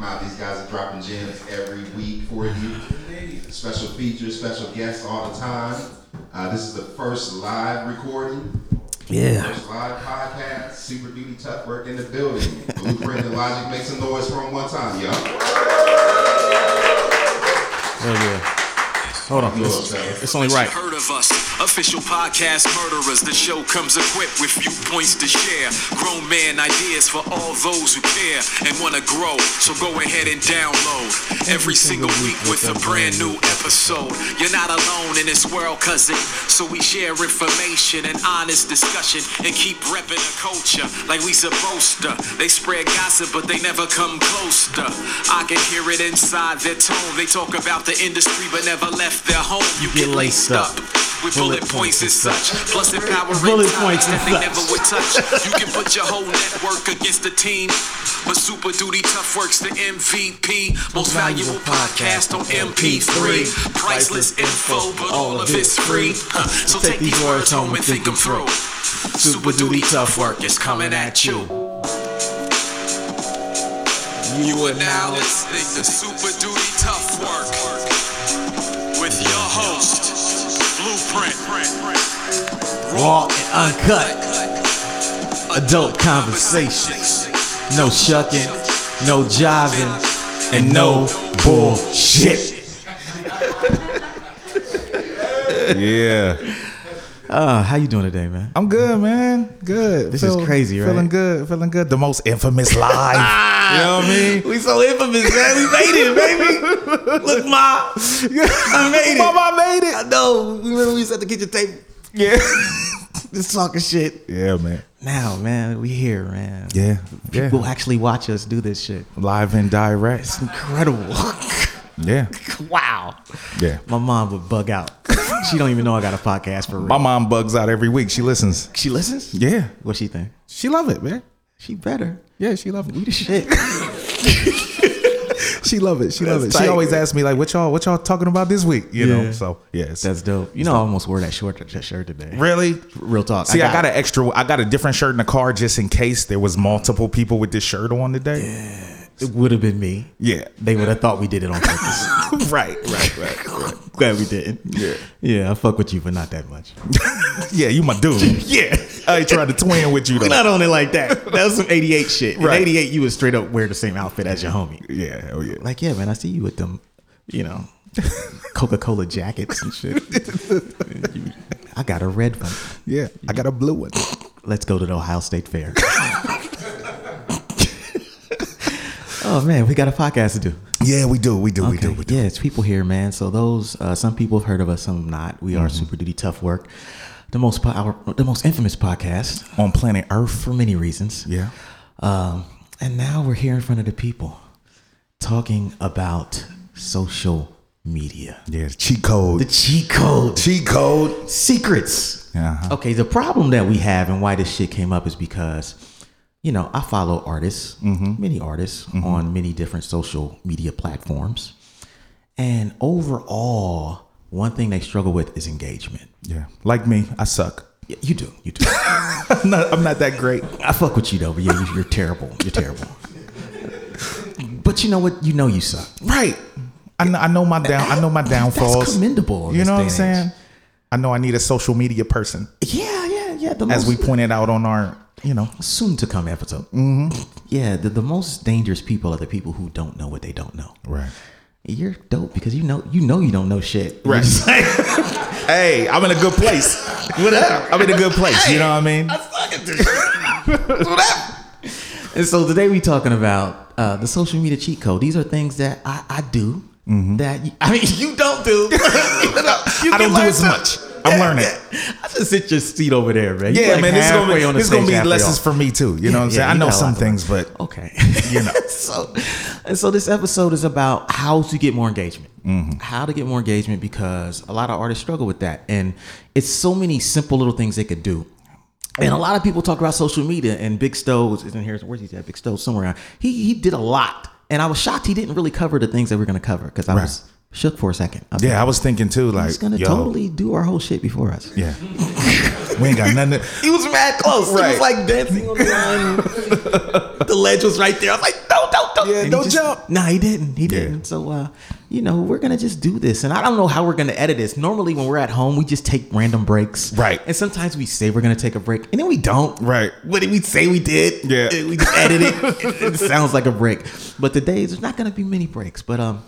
out. These guys are dropping gems every week for you. Special features, special guests all the time. Uh, this is the first live recording, Yeah. first live podcast. Super duty tough work in the building. Blueprint and Logic make some noise for 'em one time, yo. Hell Oh, yeah. Hold on. It's, it's only right. Heard of us, official podcast murderers. The show comes equipped with viewpoints to share. Grown man ideas for all those who care and want to grow. So go ahead and download every single week with a brand new episode. You're not alone in this world, cousin. So we share information and honest discussion and keep repping the culture like we supposed to. They spread gossip, but they never come close to. I can hear it inside their tone. They talk about the industry, but never left their home. You get laced up. With bullet points and such, plus empowering Bullet ties points and that they such. never would touch. You can put your whole network against the team, but Super Duty Tough Works the MVP, most valuable podcast on MP3. Priceless info, but all of it's free. Huh, So take these words home and think them through. Super Duty Tough Work is coming at you. You are now listening to Super Duty Tough Work with your host, Blueprint. Raw and uncut. Adult conversations. No shucking. No jiving. And no bullshit. Yeah, Uh, how you doing today, man? I'm good, man. Good. This is crazy, right? Feeling good. Feeling good. The most infamous live. you know what I mean? We so infamous, man. We made it, baby. Look, ma. I made it. Mama made it. I know. We literally was at the kitchen table Yeah. just talking shit. yeah, man. Now, man, we here, man. Yeah. Yeah. People actually watch us do this shit. Live and direct. Incredible. Yeah. wow. Yeah. My mom would bug out. She don't even know I got a podcast for real. My mom bugs out every week. She listens. she listens? Yeah. What she think? She love it, man. She better. Yeah, she love We it. the shit. She love it. She love it. That's She tight, always man. asks me like, "What y'all, what y'all talking about this week?" You Yeah. know. So yeah, it's- That's dope. You know, I almost wore that short that shirt today. really Real talk. See, I got, an extra. I got a different shirt in the car just in case there was multiple people with this shirt on today. It would have been me. Yeah. They would have thought we did it on purpose. right. Right. Right. Right. Glad we didn't. Yeah. Yeah, I fuck with you, but not that much. Yeah, you my dude. Yeah. I ain't trying to twin with you We're though. not on it like that. That was some 88 shit. Right. In 88, you would straight up wear the same outfit as your homie. Yeah, hell yeah. Like, yeah, man, I see you with them, you know, Coca Cola jackets and shit. I got a red one. Yeah, I got a blue one. Let's go to the Ohio State Fair. oh, man, we got a podcast to do. Yeah, we do, we do, we do, Okay. we do. Yeah, it's people here, man. So those uh, some people have heard of us, some have not. We Mm-hmm. are Super Duty Tough Work, the most po- our, the most infamous podcast On planet Earth. for many reasons. Yeah. Um, and now we're here in front of the people talking about social media, Yeah, cheat code. the cheat code, cheat code. secrets. Uh-huh. Okay, the problem that we have and why this shit came up is because, you know, I follow artists, Mm-hmm. many artists on many different social media platforms. And overall, one thing they struggle with is engagement. Yeah. Like me, I suck. Yeah, you do. You do. I'm not, I'm not that great. I fuck with you though, but yeah, you- you're terrible. You're terrible. But you know what? You know you suck. Right. I know, I know my down I know my downfalls. commendable in You this know what day I'm and saying? age. I know I need a social media person. Yeah, yeah, yeah. The As we most pointed out on our, you know. soon to come episode. Mm-hmm. Yeah, the, the most dangerous people are the people who don't know what they don't know. Right. You're dope because you know you know you don't know shit. You're Right. just like, Hey, I'm in a good place. What up? I'm in a good place. You know what I mean? and so today we talking about uh, the social media cheat code. These are things that I, I do that you, I mean you don't do. Mm-hmm. I don't do as much. I'm learning. I just sit your seat over there, man. You Yeah, like man, this is gonna halfway be, on the this gonna stage be after lessons y'all. for me too. You know what I'm Yeah, saying? yeah, I you know got a lot some to learn. things, but Okay. You know. so, and so this episode is about how to get more engagement. How to get more engagement because a lot of artists struggle with that. And it's so many simple little things they could do. And a lot of people talk about social media and Big Stowe's isn't here. Where's he at? Big Stowe somewhere. around. He he did a lot. And I was shocked he didn't really cover the things that we're gonna cover because I Right. was shook for a second. I was yeah, I was thinking too. like, Like, he's gonna yo, totally do our whole shit before us. yeah, we ain't got nothing. to- He was mad close. He Right. was like dancing on the line. the ledge was right there. I was like, don't don't, don't. Yeah, And he don't just- jump. Nah, he didn't. He Yeah. didn't. So, uh, you know, we're gonna just do this, and I don't know how we're gonna edit this. Normally, when we're at home, we just take random breaks, Right. And sometimes we say we're gonna take a break, and then we don't, Right. But we say we did, Yeah. and we just edit it. it. It sounds like a break, but today there's not gonna be many breaks. But um,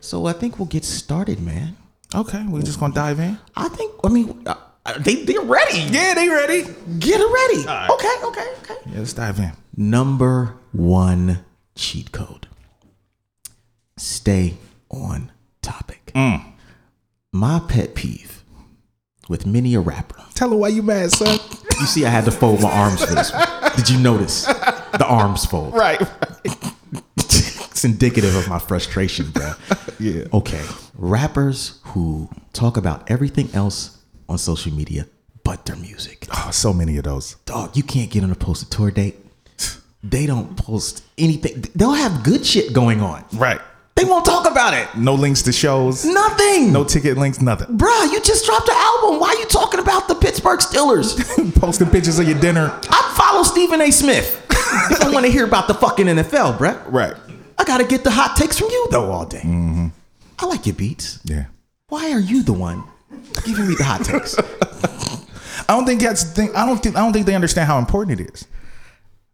so I think we'll get started, man. Okay, we're just gonna dive in. I think. I mean, uh, uh, they they're ready. Yeah, they ready. Get it ready. right. Okay. Okay. Okay. Yeah, let's dive in. Number one cheat code stay on topic. Mm. My pet peeve with many a rapper. Tell her why you mad, son. You see, I had to fold my arms for this one. Did you notice? The arms fold. right. it's indicative of my frustration, bro. Yeah. Okay. Rappers who talk about everything else on social media but their music. Oh, so many of those. dog, you can't get on a post a tour date. They don't post anything. They'll have good shit going on. Right. They won't talk about it. No links to shows. Nothing. No ticket links. Nothing. Bruh, you just dropped an album. Why are you talking about the Pittsburgh Steelers? Posting pictures of your dinner. I follow Stephen A. Smith. if I want to hear about the fucking NFL, bruh. Right. I gotta get the hot takes from you though all day. I like your beats. Mm, Yeah. Why are you the one giving me the hot takes? I don't think that's. Think, I don't think. I don't think they understand how important it is.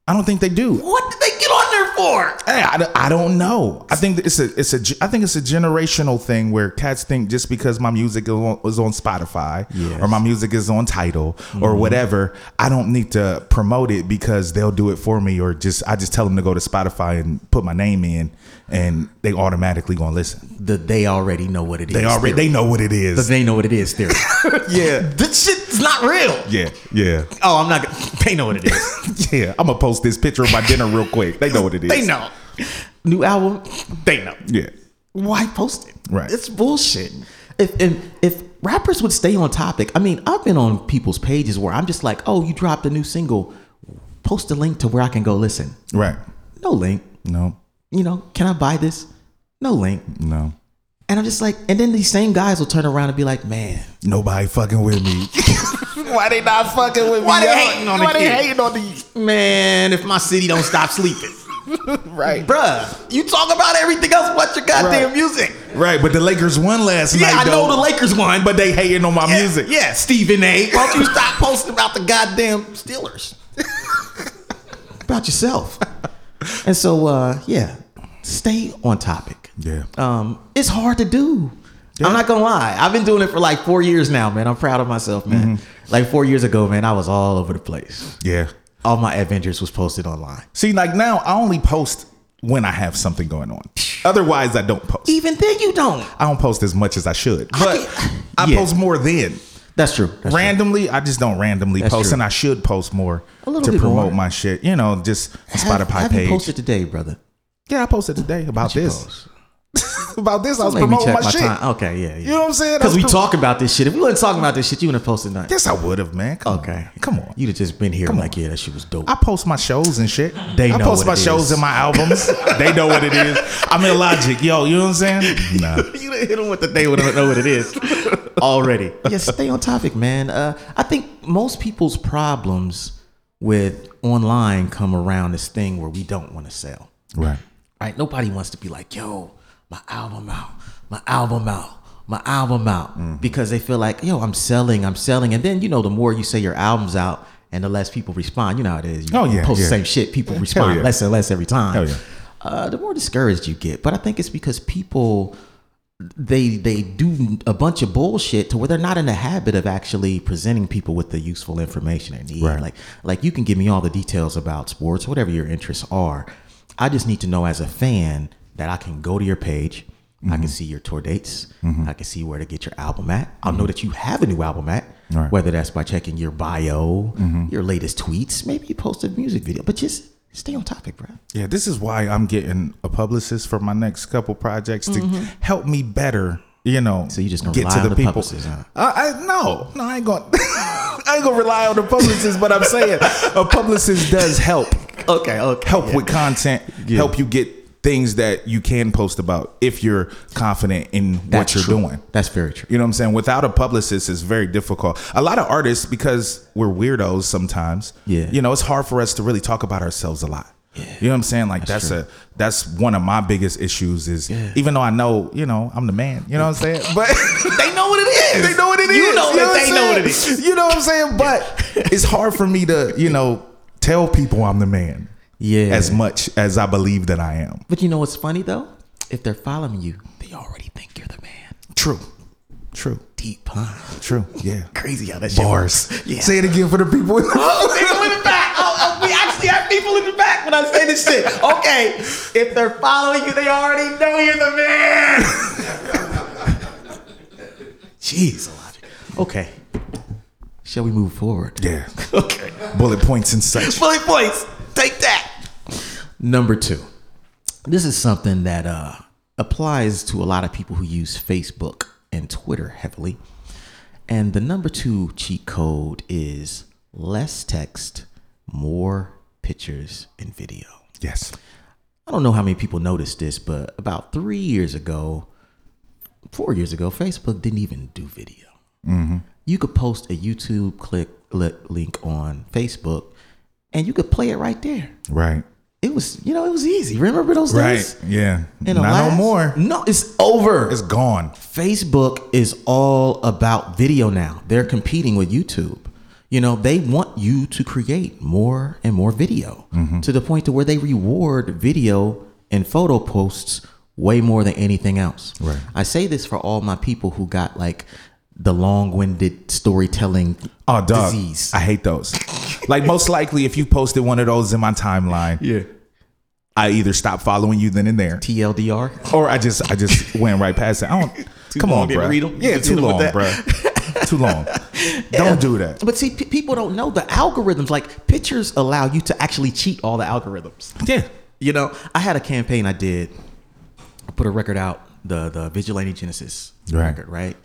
I don't think they do. what did they get on there for? Hey, I, don't- I don't know. I think that it's a it's a ge- I think it's a generational thing where cats think just because my music is on, is on Spotify Yes. Mm-hmm. or my music is on Title or whatever, I don't need to promote it because they'll do it for me or just I just tell them to go to Spotify and put my name in and they automatically gonna listen. The they already know what it is. They already theory. they know what it is. they know what it is theory. yeah, this shit's not real. yeah, yeah, Oh, I'm not. gonna They know what it is. yeah. I'm gonna post this picture of my dinner real quick. They know what it is. they know. New album. They know. Yeah, Why post it? Right. It's bullshit. If and if rappers would stay on topic, I mean, I've been on people's pages where I'm just like, oh, you dropped a new single. Post a link to where I can go listen. right. No link. No, You know, can I buy this? No link. no. And I'm just like, and then these same guys will turn around and be like, man, Nobody fucking with me. why they not fucking with Why Why they they hating on Why the they kid? hating on the man? If my city don't stop sleeping, right. bruh, you talk about everything else but your goddamn Right. music. Right, but the Lakers won last Yeah, night. I know though, the Lakers won, but but they hating on my yeah, music. Yeah, Stephen A. Why don't you stop posting about the goddamn Steelers? about yourself. And so, uh, yeah, stay on topic. Yeah. Um, it's hard to do. I'm not gonna lie. I've been doing it for like four years now, man. I'm proud of myself, man. Mm-hmm. Like four years ago, man, I was all over the place. yeah. All my adventures was posted online. See, like now, I only post when I have something going on. Otherwise, I don't post. Even then, you don't. I don't post as much as I should, but can't- I, Yeah. post more then. That's true. That's true. randomly, I just don't randomly That's post, true. and I should post more A little to bit more. promote my shit. You know, just a Have- Spotify have you page. posted today, brother? yeah, I posted today about you this. about this, I was Let me promoting check my, my, shit. time. Okay, yeah, yeah. You know what I'm saying? I was Because we prom- talk about this shit. If we wasn't talking about this shit, you wouldn't have posted nothing. Yes, I would have, man. Come Okay. on. come on. You'd have just been here like, yeah, that shit was dope. I post my shows and shit. They I know post what my it shows is. and my albums. they know what it is. I'm in logic, yo. You know what I'm saying? Nah. you done hit them with the they would not know what it is already. Yeah, stay on topic, man. Uh, I think most people's problems with online come around this thing where we don't want to sell. Right. Right? Nobody wants to be like, yo, my album out, my album out, my album out. Mm-hmm. Because they feel like, yo, I'm selling, I'm selling. And then, you know, the more you say your album's out and the less people respond, you know how it is. You Oh, yeah, post yeah. the same shit, people respond yeah. less and less every time. Hell yeah. uh, the more discouraged you get. But I think it's because people they they do a bunch of bullshit to where they're not in the habit of actually presenting people with the useful information they need. Right. Like like you can give me all the details about sports, whatever your interests are. I just need to know as a fan that I can go to your page. I Mm-hmm. can see your tour dates. I can see where to get your album at. I'll know that you have a new album at, Mm-hmm. Right. Mm-hmm. whether that's by checking your bio, your latest tweets, maybe you posted a music video, but just stay on topic, bro. Yeah. This is why I'm getting a publicist for my next couple projects to help me better. You know. So Mm-hmm. you just gonna rely on the publicist, huh? I, I no, no. I ain't gonna. I ain't gonna rely on the publicist, but I'm saying a publicist does help. Okay, okay. Help with content. Yeah. Help you get. Things that you can post about if you're confident in what That's you're true. doing. That's very true. You know what I'm saying? Without a publicist, it's very difficult. A lot of artists, because we're weirdos sometimes, Yeah. you know, it's hard for us to really talk about ourselves a lot. You know what I'm saying? Like that's, a that's one of my biggest issues is even though I know, you know, I'm the man, you know what I'm saying? But They know what it is. they know what it is. you Know that what they I'm know what it saying? is. You know what I'm saying? But it's hard for me to, you know, tell people I'm the man. Yeah. As much as I believe that I am. But you know what's funny though? If they're following you, they already think you're the man. True. True. Deep, huh? True. Yeah. Crazy how that shit Bars. works. Yeah. Say it again for the people. Oh, people in the back. Oh, oh, we actually have people in the back when I say this shit. Okay, if they're following you, they already know you're the man. Jeez, Elijah. Okay, shall we move forward? yeah. Okay, Bullet points and such. bullet points. Take that. Number two. This is something that uh, applies to a lot of people who use Facebook and Twitter heavily. And the number two cheat code is less text, more pictures and video. Yes. I don't know how many people noticed this, but about three years ago, four years ago, Facebook didn't even do video. Mm-hmm. You could post a YouTube click li- link on Facebook, and you could play it right there. Right. It was, you know, it was easy. Remember those Right. days? Yeah. And Not alas- no more. No, it's over. It's gone. Facebook is all about video now. They're competing with YouTube. You know, they want you to create more and more video Mm-hmm. to the point to where they reward video and photo posts way more than anything else. Right. I say this for all my people who got like the long-winded storytelling Oh, dog. disease. I hate those. like most likely, if you posted one of those in my timeline, yeah. I either stop following you then and there, TLDR. or I just I just went right past it. I don't. come long, on, didn't bro. read 'em? You Yeah, just too hit 'em with that? long, bro. too long. Don't do that. But see, pe people don't know the algorithms. Like pictures allow you to actually cheat all the algorithms. Yeah. You know, I had a campaign I did. I put a record out, the the Vigilante Genesis Right. record, right?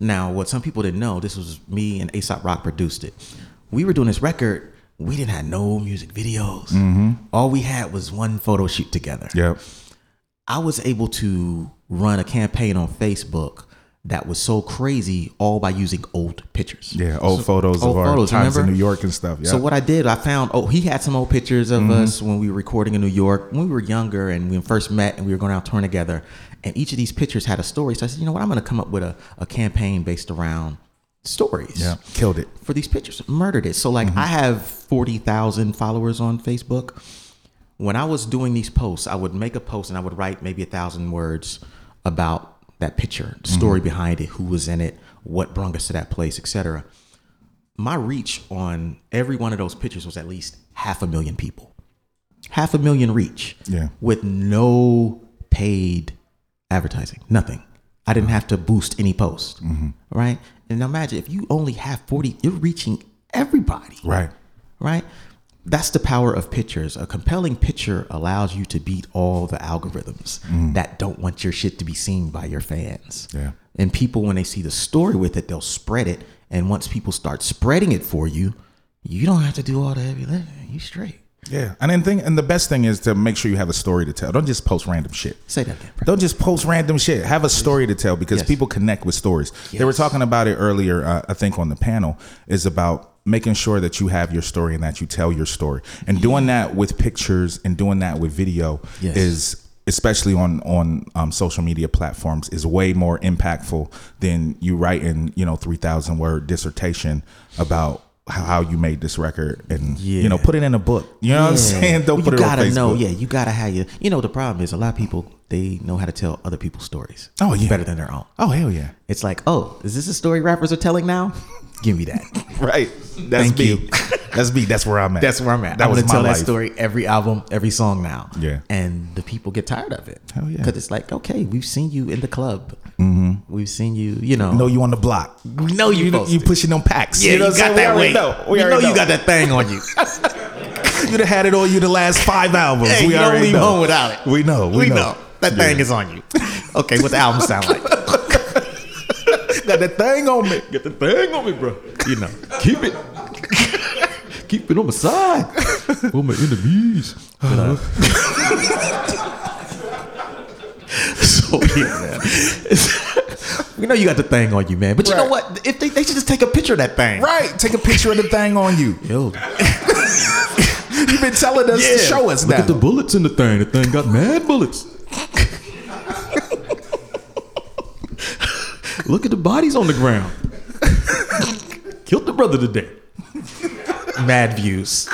Now, what some people didn't know, this was me and Aesop Rock produced it. We were doing this record. We didn't have no music videos. Mm-hmm. All we had was one photo shoot together. Yep. I was able to run a campaign on Facebook that was so crazy, all by using old pictures. Yeah. Old So- photos old of our photos, times remember? in New York and stuff. Yeah. Mm-hmm. So what I did, I found oh he had some old pictures of us when we were recording in New York when we were younger and we first met and we were going out touring together, and each of these pictures had a story. So I said, you know what, I'm going to come up with a, a campaign based around stories yeah. Mm-hmm. Killed it. for these pictures. Murdered it. So like I have forty thousand followers on Facebook. When I was doing these posts, I would make a post and I would write maybe a thousand words about that picture, the story Mm-hmm. behind it, who was in it, what brought us to that place, etc. My reach on every one of those pictures was at least half a million people. Half a million reach. Yeah. With no paid advertising, nothing. I didn't have to boost any post, right? And now imagine if you only have 40, you're reaching everybody, Right. right? That's the power of pictures. A compelling picture allows you to beat all the algorithms that don't want your shit to be seen by your fans. Mm. Yeah. And people, when they see the story with it, they'll spread it. And once people start spreading it for you, you don't have to do all the heavy lifting. You straight. Yeah. And then thing, and the best thing is to make sure you have a story to tell. Don't just post random shit. Say that again. Bro. Don't just post random shit. Have a story to tell because Yes. people connect with stories. They were Yes. talking about it earlier, uh, I think, on the panel, is about making sure that you have your story and that you tell your story. And doing that with pictures and doing that with video Yes. is especially on on um, social media platforms is way more impactful than you writing you know 3000 word dissertation about how- how you made this record and you know Yeah. put it in a book you know what i'm Yeah. saying don't Well, put you it gotta on Facebook. know. Yeah, you gotta have your. You know, the problem is a lot of people they know how to tell other people's stories. Oh, yeah. better than their own. oh hell yeah It's like, oh, is this a story rappers are telling now? Give me that. Right. That's Thank me. you. That's me. That's where I'm at. That's where I'm at. That I'm was gonna my tell life. that story every album, every song now. Yeah. and the people get tired of it. Hell yeah. Because it's like, okay, we've seen you in the club. Mm-hmm. We've seen you. You know, Know you on the block. we know you. You, you posted. pushing them packs. Yeah, you, know what I'm got saying? that we weight. already Know. We, We know already you got that thing on you. You'd have had it all you the last five albums. Hey, we you don't already leave know. home without it. We know. We, we know. know. that thing is on you. Okay, what the album sound like? Got that thing on me. Get the thing on me, bro. You know, keep it, keep it on my side. on my enemies. But, uh, so yeah, man. It's- we know you got the thing on you, man. But you know Right. what? If they, they should just take a picture of that thing, Right. Take a picture of the thing on you. Yo, you've been telling us to show us Look that. at the bullets in the thing. The thing got mad bullets. Look at the bodies on the ground. Killed the brother today. Mad views.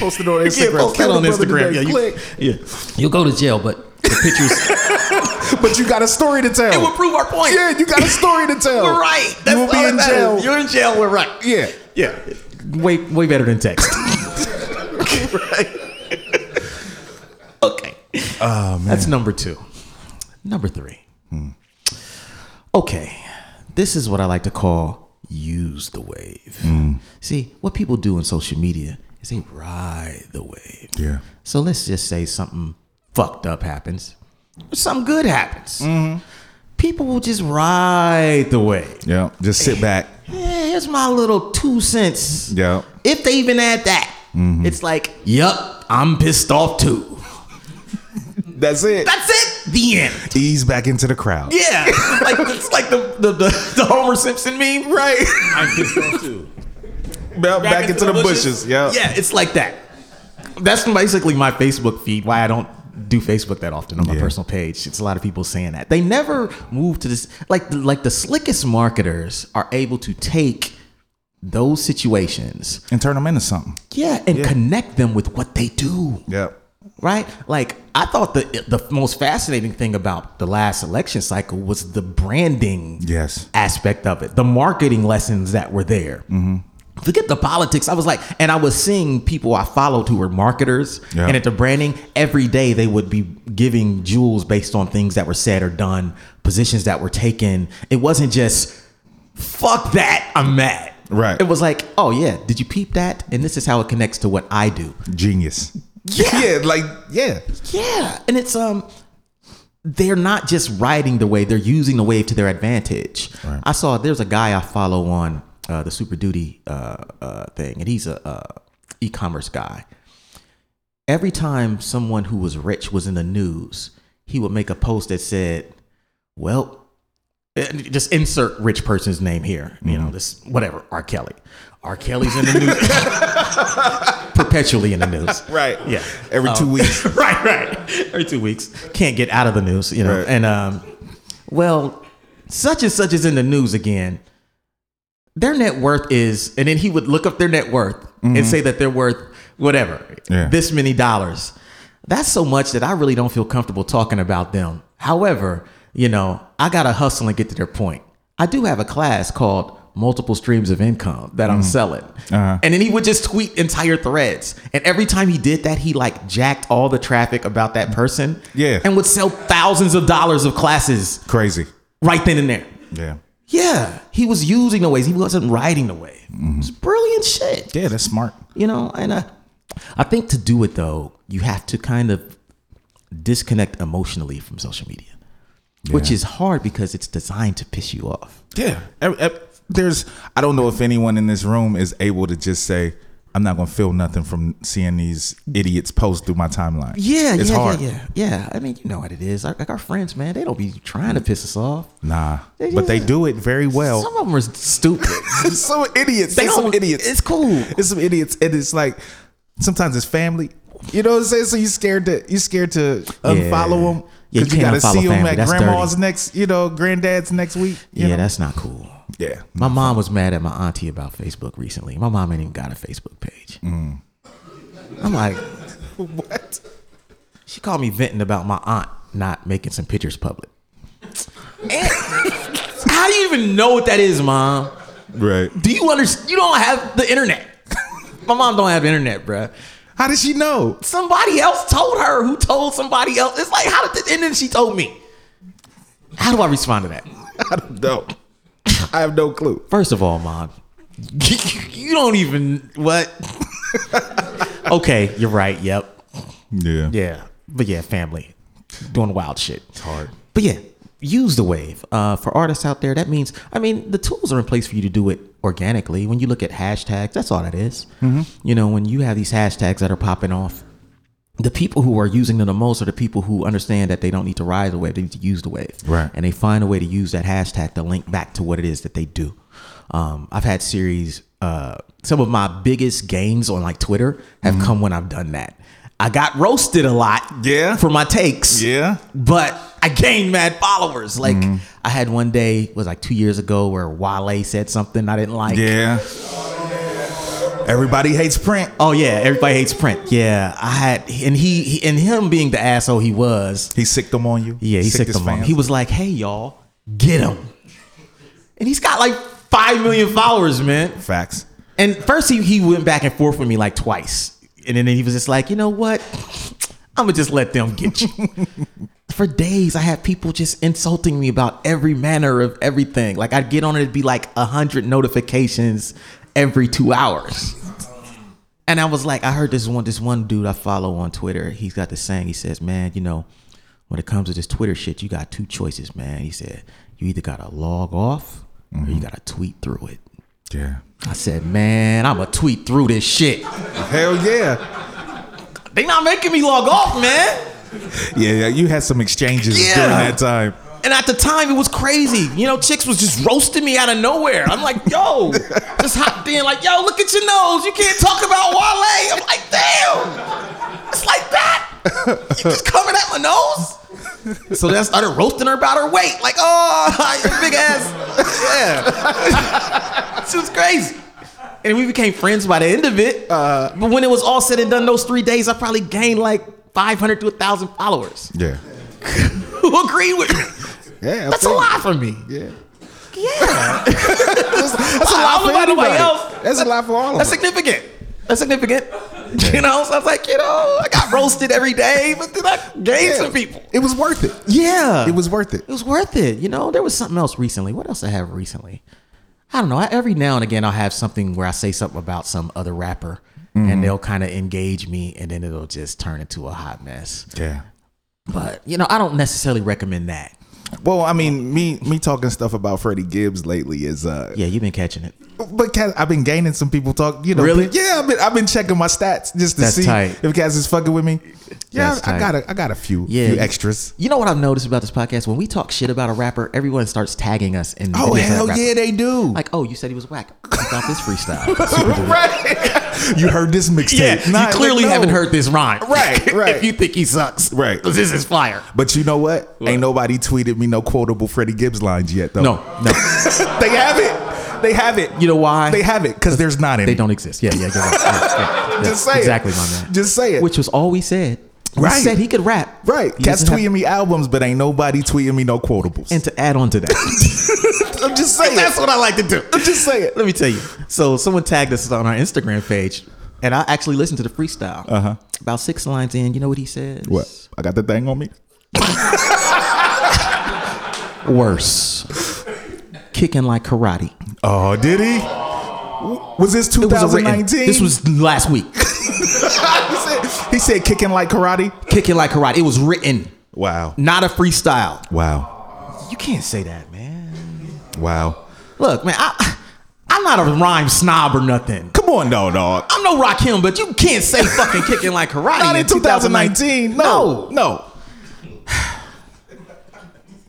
posted on Instagram. Yeah, post that Kill on the brother Instagram. today. Yeah, you, Click. yeah, you'll go to jail, but the pictures. but you got a story to tell. prove our point. yeah, you got a story to tell. We're right. That's you will be all in that jail. matters. You're in jail. We're right. yeah. Yeah. Way way better than text. okay. Oh, That's number two. Number three. Hmm. Okay. This is what I like to call use the wave. Hmm. See, what people do on social media is they ride the wave. Yeah. So let's just say something fucked up happens, or something good happens. Mm-hmm. People will just ride the wave. Yeah. Just sit back. Yeah, here's my little two cents. Yeah. If they even add that, Mm-hmm. it's like, yup, I'm pissed off too. That's it. That's it. The end. Ease back into the crowd. Yeah, like it's like the the, the, the Homer Simpson meme, right? Back, back into, the bushes. Yeah. yeah, it's like that. That's basically my Facebook feed. Why I don't do Facebook that often on my Yeah. personal page. It's a lot of people saying that they never move to this. Like like the slickest marketers are able to take those situations, And turn them into something. yeah, and connect them with what they do. Yep. right? Like I thought the the most fascinating thing about the last election cycle was the branding Yes. aspect of it, the marketing lessons that were there. Mm-hmm. Forget the politics. I was like, and I was seeing people I followed who were marketers Yeah. and at the branding every day they would be giving jewels based on things that were said or done, positions that were taken. It wasn't just fuck that, I'm mad. Right. It was like, oh yeah, did you peep that? And this is how it connects to what I do. Genius. Yeah. Like, yeah. Yeah, and it's um, they're not just riding the wave; they're using the wave to their advantage. I saw there's a guy I follow on uh, the Super Duty uh, uh, thing, and he's a uh, e-commerce guy. Every time someone who was rich was in the news, he would make a post that said, "Well." and Just insert rich person's name here. You know, this whatever. R. Kelly. R. Kelly's in the news. Perpetually in the news. Right. Yeah. Every two weeks. right, right. Every two weeks, can't get out of the news, you know. Right. And um, well, such and such is in the news again. Their net worth is, and then he would look up their net worth and say that they're worth whatever, Mm-hmm. Yeah. this many dollars. That's so much that I really don't feel comfortable talking about them. However, you know, I gotta hustle and get to their point. I do have a class called multiple streams of income that I'm selling. And then he would just tweet entire threads. And every time he did that, he like jacked all the traffic about that person. Yeah. And would sell thousands of dollars of classes Crazy. right then and there. Yeah. Yeah. He was using the waves. He wasn't riding the wave. It's brilliant shit. Yeah, that's smart. You know, and I, I think to do it though, you have to kind of disconnect emotionally from social media. Which Yeah. is hard because it's designed to piss you off. Yeah. Ev- ev- There's, I don't know if anyone in this room is able to just say, I'm not going to feel nothing from seeing these idiots post through my timeline. Yeah, it's yeah, hard. yeah, yeah, yeah. I mean, you know what it is. Like, like our friends, man, they don't be trying to piss us off. Nah, Yeah, but they yeah. do it very well. Some of them are stupid. some idiots. they don't. It's cool. It's some idiots, and it's like sometimes it's family. You know what I'm saying? So you scared to you scared to unfollow them Yeah, you because you, can't gotta unfollow see them family. at That's grandma's dirty. next, you know, granddad's next week. you Yeah, know? that's not cool. yeah. My mom was mad at my auntie about Facebook recently. My mom ain't even got a Facebook page. I'm like, What? she called me venting about my aunt not making some pictures public. How do you even know what that is, mom? Right? Do you understand? You don't have the internet. my mom don't have internet, bruh. How did she know? somebody else told her who told somebody else. It's like how did this, and then she told me. How do I respond to that? No, I have no clue. First of all, mom, you don't even what? okay, you're right. Yep. Yeah, Yeah. But yeah, family doing wild shit. It's hard. But yeah, use the wave. Uh, for artists out there, that means, I mean, the tools are in place for you to do it organically. When you look at hashtags, that's all that is. Mm-hmm. You know, when you have these hashtags that are popping off, the people who are using them the most are the people who understand that they don't need to ride the wave, they need to use the wave. Right. And they find a way to use that hashtag to link back to what it is that they do. Um, I've had series. Uh, some of my biggest gains on like Twitter have Mm-hmm. come when I've done that. I got roasted a lot. Yeah. For my takes. Yeah. But I gained mad followers. Like I had one day it was like two years ago where Wale said something I didn't like. Yeah. Everybody hates print. Oh yeah, everybody hates print. Yeah, I had and he, he and him being the asshole he was. He sicked them on you. Yeah, he sick his them on. fans? He was like, "Hey, y'all, get him," and he's got like five million followers, man. facts. And first he he went back and forth with me like twice, and then he was just like, "You know what? I'm gonna just let them get you." For days, I had people just insulting me about every manner of everything. Like I'd get on it, it'd be like a hundred notifications every two hours. And I was like, I heard this one, this one dude I follow on Twitter. He's got this saying. He says, "Man, you know, when it comes to this Twitter shit, you got two choices, man." He said, "You either gotta log off or you gotta tweet through it." Yeah. I said, "Man, I'ma tweet through this shit. Hell yeah. They not making me log off, man." Yeah, yeah. You had some exchanges Yeah. during that time. And at the time, it was crazy. You know, chicks was just roasting me out of nowhere. I'm like, yo, just hopped in, like, yo, look at your nose. You can't talk about Wale. I'm like, damn, it's like that. You just coming at my nose. So then I started roasting her about her weight. Like, oh, your big ass. Yeah. she was crazy. And we became friends by the end of it. but when it was all said and done, those three days, I probably gained like 500 to 1,000 followers Yeah. who agree with me. Yeah. I That's a feel you. lot for me. Yeah. That's a lot for anybody Anybody. else. That's a lot for all of us. That's significant. That's significant. You know, so I was like, you know, I got roasted every day, but then I gained some people. It was worth it. Yeah. It was worth it. It was worth it. You know, there was something else recently. What else I have recently? I don't know. I, every now and again, I'll have something where I say something about some other rapper, and they'll kind of engage me, and then it'll just turn into a hot mess. Yeah. But you know, I don't necessarily recommend that. Well, I mean, me me talking stuff about Freddie Gibbs lately is uh Yeah, you've been catching it. But Kaz, I've been gaining some people talk. You know, Really? Yeah, I've been I've been checking my stats just to That's see tight. if Kaz is fucking with me. Yeah, That's I, I tight. got a I got a few Yeah. few extras. You know what I've noticed about this podcast? When we talk shit about a rapper, everyone starts tagging us. In, Oh in this hell rapper. yeah, they do. Like, oh, you said he was whack. Check out this freestyle. right. you heard this mixtape. Nah, you clearly like, no. haven't heard this rhyme, Right, right. if you think he sucks, Right. 'Cause This is fire. But you know what? Ain't nobody tweeted me no quotable Freddie Gibbs lines yet though. No, no. they have it. They have it. You know why? They have it because there's not any. They don't exist. Yeah, yeah, you're right. yeah, yeah, yeah. Just say it. exactly, my man. Just say it. Which was all we said. We Right. said he could rap. Right. He Cats doesn't have- tweeting me albums, but ain't nobody tweeting me no quotables. And to add on to that, I'm just saying. that's what I like to do. I'm just saying. Let me tell you. So someone tagged us on our Instagram page, and I actually listened to the freestyle. Uh-huh. About six lines in, you know what he said? What? I got the thing on me. Worse. Kicking like karate. Oh, did he? W- Was this It was a written. 2019? This was last week. he, said, he said kicking like karate. Kicking like karate. It was written, Wow. not a freestyle. Wow. You can't say that, man. Wow. Look, man, I, I'm not a rhyme snob or nothing. Come on, though, dog. I'm no Rakim, but you can't say fucking kicking like karate. Not in 2019. No. No.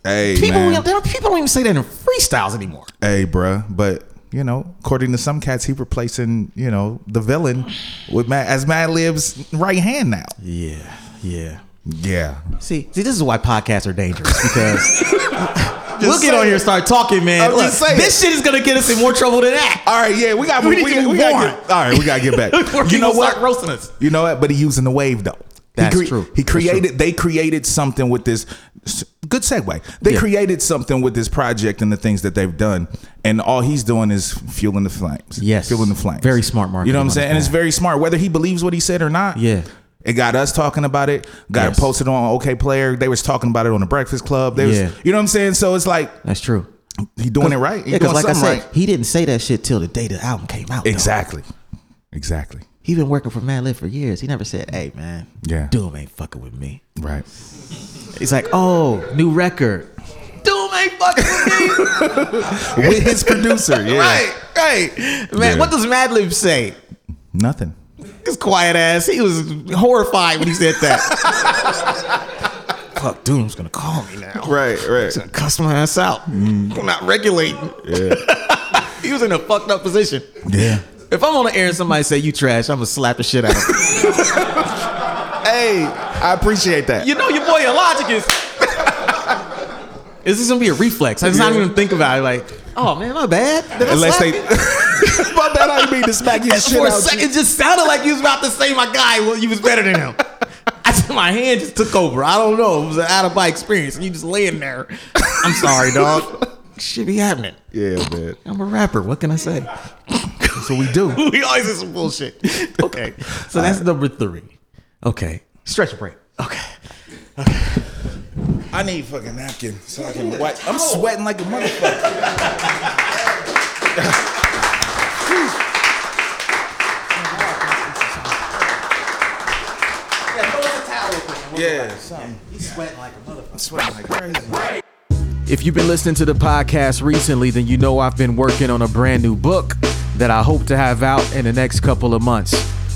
hey, People, man. don't- they don't- people don't even say that in freestyles anymore. Hey, bruh. But you know, according to some cats, he replacing you know the villain with Mad, as Mad Lib's right hand now. Yeah, yeah. Yeah. See, see, this is why podcasts are dangerous because we'll get saying. on here and start talking, man. I'm just Look, saying. this shit is gonna get us in more trouble than that. All right. Yeah, we got. We We, need we, to we move gotta on. get, all right, we gotta get Before back. you know people what? Start roasting us. You know what? But he using the wave though. That's he cre- true. He That's true. created. They created something with this. s- Good segue. They Yeah. created something with this project and the things that they've done, and all he's doing is fueling the flames. Yes. fueling the flames. Very smart You marketing know what I'm on his saying? And it's part. very smart, whether he believes what he said or not. Yeah. It got us talking about it. Got Yes. it posted on OK Player. They was talking about it on the Breakfast Club. They was, Yeah. You know what I'm saying? So it's like That's true. he doing it right. He Yeah, because doing like I something said, right. he didn't say that shit till the day the album came out. though. Exactly. Exactly. He been working for Mad Lib for years. He never said, "Hey, man, Yeah. Doom ain't fucking with me." Right. He's like, "Oh, new record. Doom ain't fucking with me." With his producer. Yeah. Right, right. Man, Yeah. what does Mad Lib say? Nothing. His quiet ass. He was horrified when he said that. Fuck, Doom's gonna call me now. Right. Right. Mm. Cuss my ass out. I'm not regulating. he was in a fucked up position. Yeah. If I'm on the air and somebody say you trash, I'm gonna slap the shit out of him. Hey, I appreciate that. You know your boy your logic is. Is this gonna be a reflex? I just not even think about it. Like, oh man, my bad. Did I Unless slap they, you? but that how you mean to smack you the shit for a out. second, it just sounded like you was about to say my guy. Well, you was better than him. I just, my hand just took over. I don't know. It was an out of body experience, and you just laying there. I'm sorry, dog. Shit be happening. you. Yeah, man. I'm a rapper. What can I say? So we do. we always do some bullshit. Okay, so that's number three. Okay, stretch a break. Okay. I need fucking napkin so I can wipe. I'm sweating like a motherfucker. Yeah, something. He's sweating like a motherfucker. Sweating like crazy. If you've been listening to the podcast recently, then you know I've been working on a brand new book that I hope to have out in the next couple of months.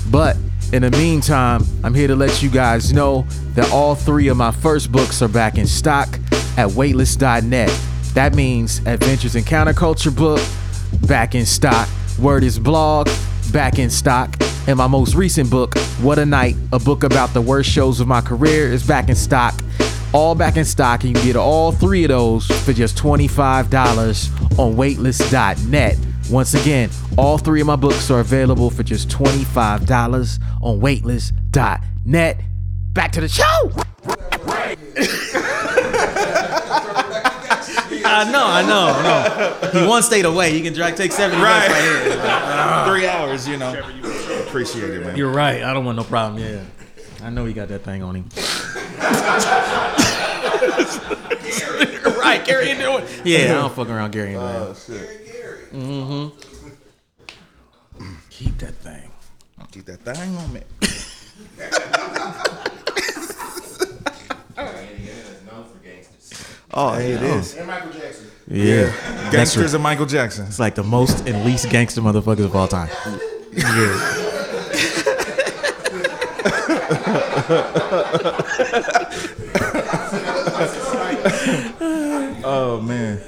But in the meantime, I'm here to let you guys know that all three of my first books are back in stock at weightless.net. That means Adventures in Counterculture book, back in stock. Word is blog, back in stock. And my most recent book, What a Night, a book about the worst shows of my career, is back in stock all back in stock and you can get all three of those for just $25 on waitlist.net once again all three of my books are available for just $25 on waitlist.net back to the show I know, I know, I know. He one state away. He can drag take seven right. right here. Three hours, you know. Appreciate it, man. You're right. I don't want no problem. Yeah, I know he got that thing on him. right, Gary and doing. Yeah, I don't fuck around Gary Mm-hmm. and doing. Keep that thing. Keep that thing on me. Oh, hey, it is. And Michael Jackson. Yeah, Gangsters right. and Michael Jackson. it's like the most and least gangster motherfuckers of all time. Oh man.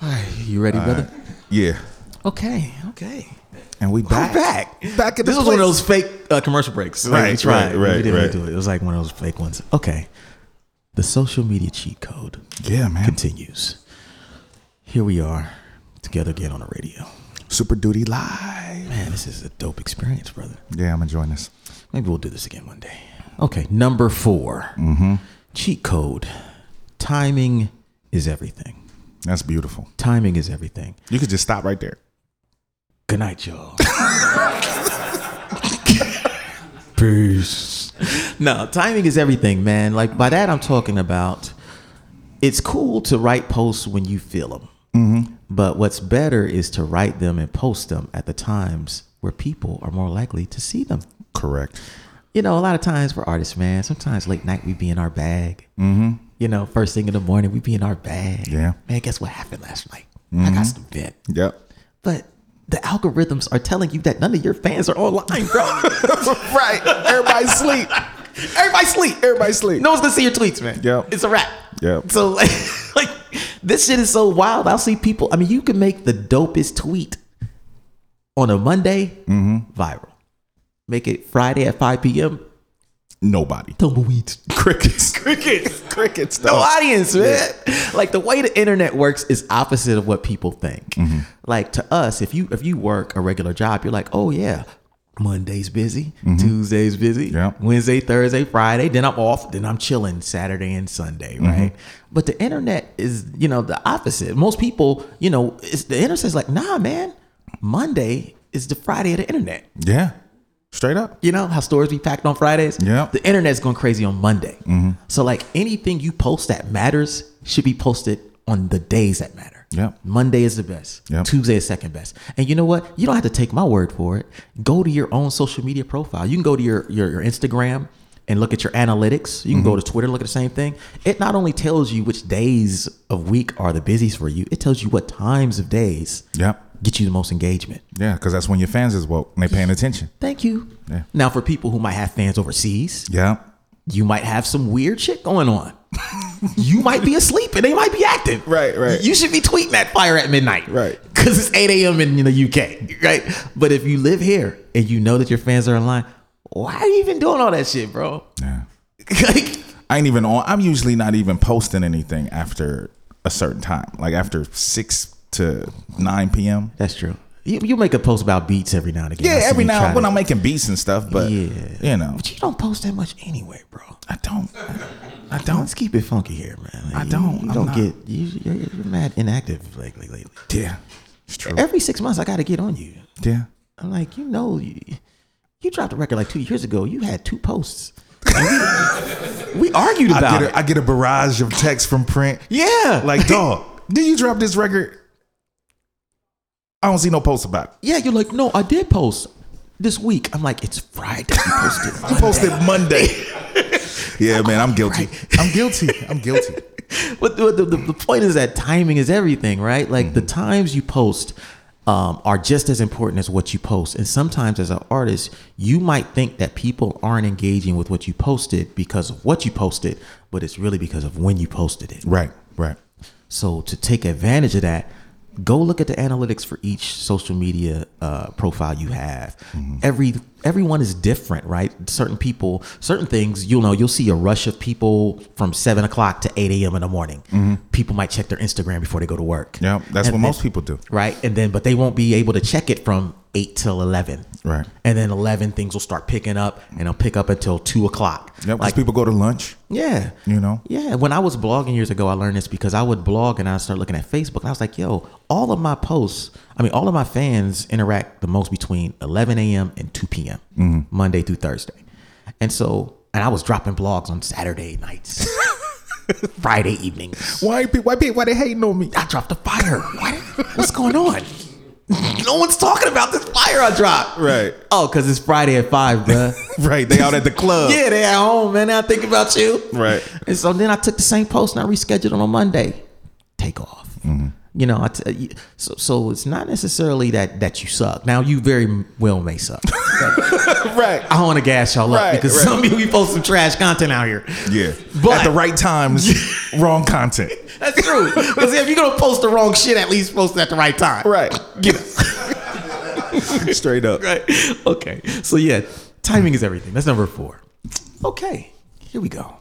Hey, you ready, brother? Yeah. Okay, okay. And we back. back. Back at This the was one of place. those fake uh, commercial breaks. Like, Right, we tried. right, right, We didn't right. do it. It was like one of those fake ones. Okay. The social media cheat code Yeah, man. continues. Here we are together again on the radio. Super Duty Live. Man, this is a dope experience, brother. Yeah, I'm enjoying this. Maybe we'll do this again one day. Okay, number 4 Cheat code. Timing is everything. That's beautiful. Timing is everything. You could just stop right there. Good night, y'all. Peace. No, timing is everything, man. Like by that, I'm talking about. It's cool to write posts when you feel them, but what's better is to write them and post them at the times where people are more likely to see them. Correct. You know, a lot of times we're artists, man. Sometimes late night we be in our bag. Mm-hmm. You know, first thing in the morning we be in our bag. Yeah. man. Guess what happened last night? I got some vent. Yep. But the algorithms are telling you that none of your fans are online, bro. right. Everybody sleep. Everybody sleep. Everybody sleep. No one's gonna see your tweets, man. Yep. It's a wrap. Yep. So like, like this shit is so wild. I'll see people. I mean, you can make the dopest tweet on a Monday Mm-hmm. viral. Make it Friday at 5 p.m. Nobody. Tumbleweeds. Crickets. Crickets. Crickets. no dog. audience, man. Like the way the internet works is opposite of what people think. Mm-hmm. Like to us, if you if you work a regular job, you're like, oh yeah, Monday's busy, Mm-hmm. Tuesday's busy, Yeah. Wednesday, Thursday, Friday, then I'm off, then I'm chilling Saturday and Sunday, right? Mm-hmm. But the internet is you know the opposite. Most people, you know, it's, the internet is like, nah, man, Monday is the Friday of the internet. Yeah. Straight up. You know how stores be packed on Fridays? Yeah. The internet's going crazy on Monday. Mm-hmm. So like anything you post that matters should be posted on the days that matter. Yeah. Monday is the best. Yeah. Tuesday is second best. And you know what? You don't have to take my word for it. Go to your own social media profile. You can go to your your, your Instagram and look at your analytics. You can Mm-hmm. go to Twitter, look at the same thing. It not only tells you which days of week are the busiest for you, it tells you what times of days Yep. get you the most engagement. Yeah, because that's when your fans is woke and they paying attention. Thank you. Yeah. Now for people who might have fans overseas, Yeah. you might have some weird shit going on. you might be asleep and they might be active. Right, right. You should be tweeting that fire at midnight. Right. Because it's 8 a.m. in the UK. Right. But if you live here and you know that your fans are online, why are you even doing all that shit, bro? Yeah. like, I ain't even on. I'm usually not even posting anything after a certain time, like after six to nine p.m. that's true. You, you make a post about beats every now and again. I Yeah, see every you now try when to- I'm making beats and stuff, but Yeah. you know, But you don't post that much anyway, bro. I don't. I Let's don't. keep it funky here, man. Like, I you- don't. You, I'm don't not. get. You, you're, you're mad inactive lately. lately. Yeah, it's true. Every six months, I got to get on you. Yeah, I'm like, you know, you, you dropped a record like two years ago. You had two posts. And we, we argued I about get, it. a, I get a barrage of texts from Print. yeah, Like, dog, did you drop this record? I don't see no posts about it. yeah. You're like, no, I did post this week. I'm like, it's Friday. You posted. You posted Monday. yeah, man, I'm guilty. I'm guilty. I'm guilty. but the, the, the- the point is that timing is everything, right? Like the times you post um, are just as important as what you post. And sometimes, as an artist, you might think that people aren't engaging with what you posted because of what you posted, but it's really because of when you posted it. Right, right. So to take advantage of that, go look at the analytics for each social media uh, profile you have. Mm-hmm. Every everyone is different, right? Certain people, certain things, you know, you'll see a rush of people from seven o'clock to eight a.m. in the morning. People might check their Instagram before they go to work. Yeah, Mm-hmm. that's And what then- most people do. right? And then, but they won't be able to check it from eight till eleven. Right. And then eleven things will start picking up, and they'll pick up until two o'clock. Yep, 'cause people go to lunch. Yeah. You know? Yeah. When I was blogging years ago, I learned this because I would blog and I started looking at Facebook. And I was like, yo, all of my posts, I mean, all of my fans interact the most between 11 a.m. and 2 p.m., Mm-hmm. Monday through Thursday. And so, and I was dropping blogs on Saturday nights, Friday evenings. Why people? Why people? Why they hating on me? I dropped a fire. What? What's going on? no one's talking about this fire I dropped. Right. Oh, because it's Friday at 5, bruh. Right, they out at the club. Yeah, they at home, man. I think about you. Right. And so then I took the same post and I rescheduled it on Monday. Take off. Mm-hmm. You know, I t- you- so so it's not necessarily that that you suck. Now you very well may suck. right. I want to gas y'all up Right, because right. some people we post some trash content out here. Yeah, But- at the right times, wrong content. That's true. Because if you're gonna post the wrong shit, at least post it at the right time. Right, You know. straight up. right. Okay. So yeah, timing is everything. That's number four. Okay. Here we go.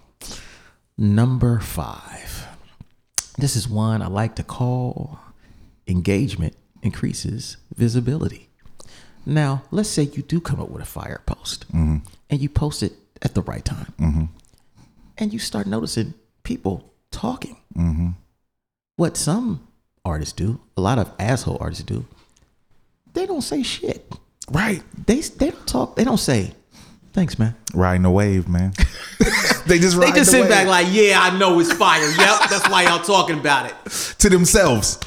Number five. This is one I like to call engagement increases visibility. Now, let's say you do come up with a fire post Mm-hmm. and you post it at the right time and you start noticing people talking. Mm-hmm. What some artists do, a lot of asshole artists do, they don't say shit Right, they they don't talk. They don't say, "Thanks, man." riding the wave, man. they just They ride just the sit wave back like, "Yeah, I know it's fire. yep, that's why y'all talking about it to themselves,